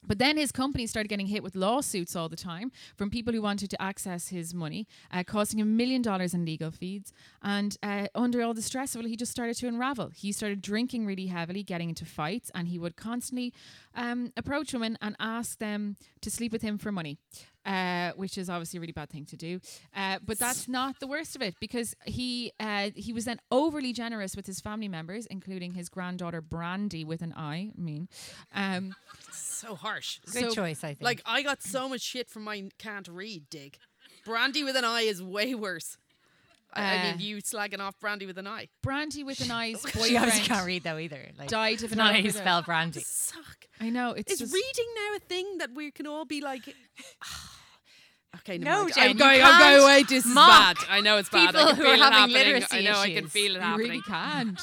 Speaker 3: But then his company started getting hit with lawsuits all the time from people who wanted to access his money, uh, costing him a million dollars in legal fees. And uh, under all the stress of it, he just started to unravel. He started drinking really heavily, getting into fights, and he would constantly um, approach women and ask them to sleep with him for money. Uh, which is obviously a really bad thing to do, uh, but that's not the worst of it because he uh, he was then overly generous with his family members, including his granddaughter Brandy with an I. I mean, um,
Speaker 1: So harsh.
Speaker 2: Good
Speaker 3: So,
Speaker 2: choice, I think.
Speaker 1: Like I got so much shit from my can't read dig. Brandy with an eye is way worse. I, I
Speaker 3: Uh,
Speaker 1: mean, you slagging off Brandy with an eye.
Speaker 3: Brandy with an I's
Speaker 2: she
Speaker 3: boyfriend
Speaker 2: obviously can't read though either. Like,
Speaker 3: died of
Speaker 2: it's
Speaker 3: an
Speaker 2: not how you
Speaker 3: overdose.
Speaker 2: spell brandy.
Speaker 1: Suck.
Speaker 3: I know it's
Speaker 1: Is
Speaker 3: just,
Speaker 1: reading now a thing that we can all be like? okay,
Speaker 2: No,
Speaker 1: no, mind.
Speaker 2: Jen,
Speaker 1: I'm
Speaker 2: you
Speaker 1: going. I'm
Speaker 2: can't
Speaker 1: going away. This is
Speaker 2: mock
Speaker 1: bad. I know it's bad. I
Speaker 2: people
Speaker 1: can
Speaker 2: who
Speaker 1: feel
Speaker 2: are
Speaker 1: it
Speaker 2: having
Speaker 1: happening. I
Speaker 2: literacy
Speaker 1: know. I can
Speaker 2: issues.
Speaker 1: feel it
Speaker 3: you
Speaker 1: happening.
Speaker 3: really can't.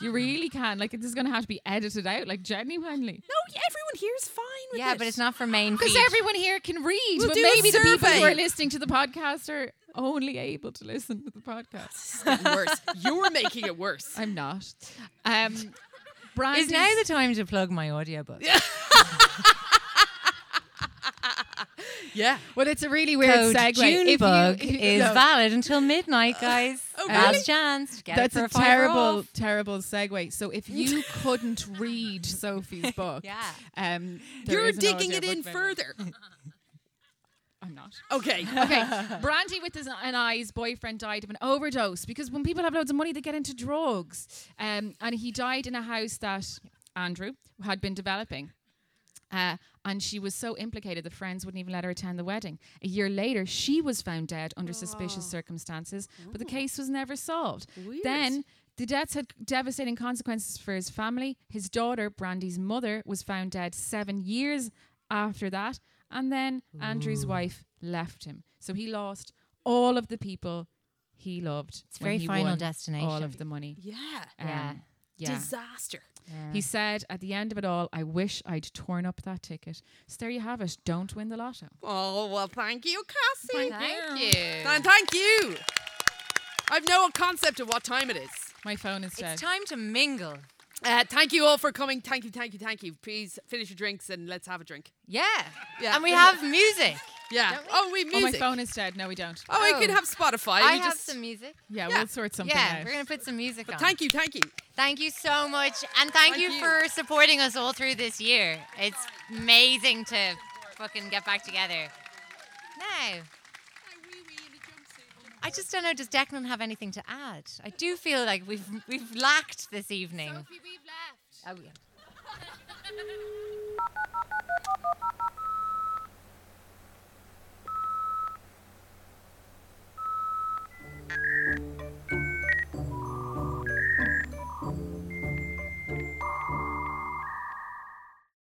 Speaker 3: You really can. Like this is going to have to be edited out, like genuinely,
Speaker 1: No, yeah, everyone here is fine with
Speaker 2: Yeah,
Speaker 1: it.
Speaker 2: but it's not for main
Speaker 3: because
Speaker 2: feed.
Speaker 3: everyone here can read,
Speaker 1: We'll
Speaker 3: but
Speaker 1: do a
Speaker 3: maybe the people who
Speaker 1: survey.
Speaker 3: are listening to the podcast are only able to listen to the podcast.
Speaker 1: It's getting worse. You're making it worse.
Speaker 3: I'm not. Um, Brandy's
Speaker 2: Is now the time to plug my audiobook?
Speaker 1: Yeah.
Speaker 3: well, it's a really weird
Speaker 2: Code
Speaker 3: segue.
Speaker 2: Junebug
Speaker 3: if you,
Speaker 2: is
Speaker 3: no,
Speaker 2: valid until midnight, guys.
Speaker 1: Oh, really?
Speaker 2: Last chance. to Get
Speaker 3: that's
Speaker 2: it for
Speaker 3: a
Speaker 2: fiver
Speaker 3: terrible,
Speaker 2: off.
Speaker 3: terrible segue. So if you couldn't read Sophie's book,
Speaker 2: Yeah.
Speaker 3: um, there
Speaker 1: You're
Speaker 3: is an
Speaker 1: digging it
Speaker 3: audiobook
Speaker 1: in
Speaker 3: available.
Speaker 1: further.
Speaker 3: I'm not.
Speaker 1: Okay.
Speaker 3: Okay, Brandy with his, an eye's boyfriend died of an overdose because when people have loads of money, they get into drugs. Um, and he died in a house that Andrew had been developing. Uh, and she was so implicated, the friends wouldn't even let her attend the wedding. A year later, she was found dead under suspicious circumstances, but the case was never solved.
Speaker 1: Weird.
Speaker 3: Then the deaths had devastating consequences for his family. His daughter, Brandy's mother, was found dead seven years after that. And then Andrew's wife left him. So he lost all of the people he loved.
Speaker 2: It's
Speaker 3: when
Speaker 2: very
Speaker 3: he
Speaker 2: Final
Speaker 3: won
Speaker 2: Destination.
Speaker 3: All of the money.
Speaker 1: Yeah.
Speaker 2: Yeah.
Speaker 3: Um, yeah.
Speaker 1: Disaster.
Speaker 3: He said at the end of it all, I wish I'd torn up that ticket. So there you have it. Don't win the lotto.
Speaker 1: Oh well, thank you, Cassie.
Speaker 2: Thank you.
Speaker 1: And thank you. I've no concept of what time it is.
Speaker 3: My phone is dead.
Speaker 2: It's time to mingle.
Speaker 1: Uh, thank you all for coming. Thank you, thank you, thank you. Please finish your drinks and let's have a drink.
Speaker 2: Yeah.
Speaker 1: Yeah.
Speaker 2: And we have music.
Speaker 1: Yeah.
Speaker 2: Don't we?
Speaker 1: Oh, we music.
Speaker 3: oh, my phone is dead. No, we don't.
Speaker 1: Oh,
Speaker 2: Oh.
Speaker 1: we can have Spotify.
Speaker 2: I
Speaker 1: we
Speaker 2: have
Speaker 1: just-
Speaker 2: some music.
Speaker 3: Yeah,
Speaker 1: Yeah.
Speaker 3: we'll sort something
Speaker 2: yeah,
Speaker 3: out.
Speaker 2: we're gonna put some music on.
Speaker 1: Thank you, thank you.
Speaker 2: Thank you so much, and thank,
Speaker 1: Thank
Speaker 2: you,
Speaker 1: you.
Speaker 2: for supporting us all through this year. It's amazing to fucking get back together. Now, I just don't know. Does Declan have anything to add? I do feel like we've we've lacked this evening.
Speaker 4: Sophie, we've left.
Speaker 2: Oh, yeah.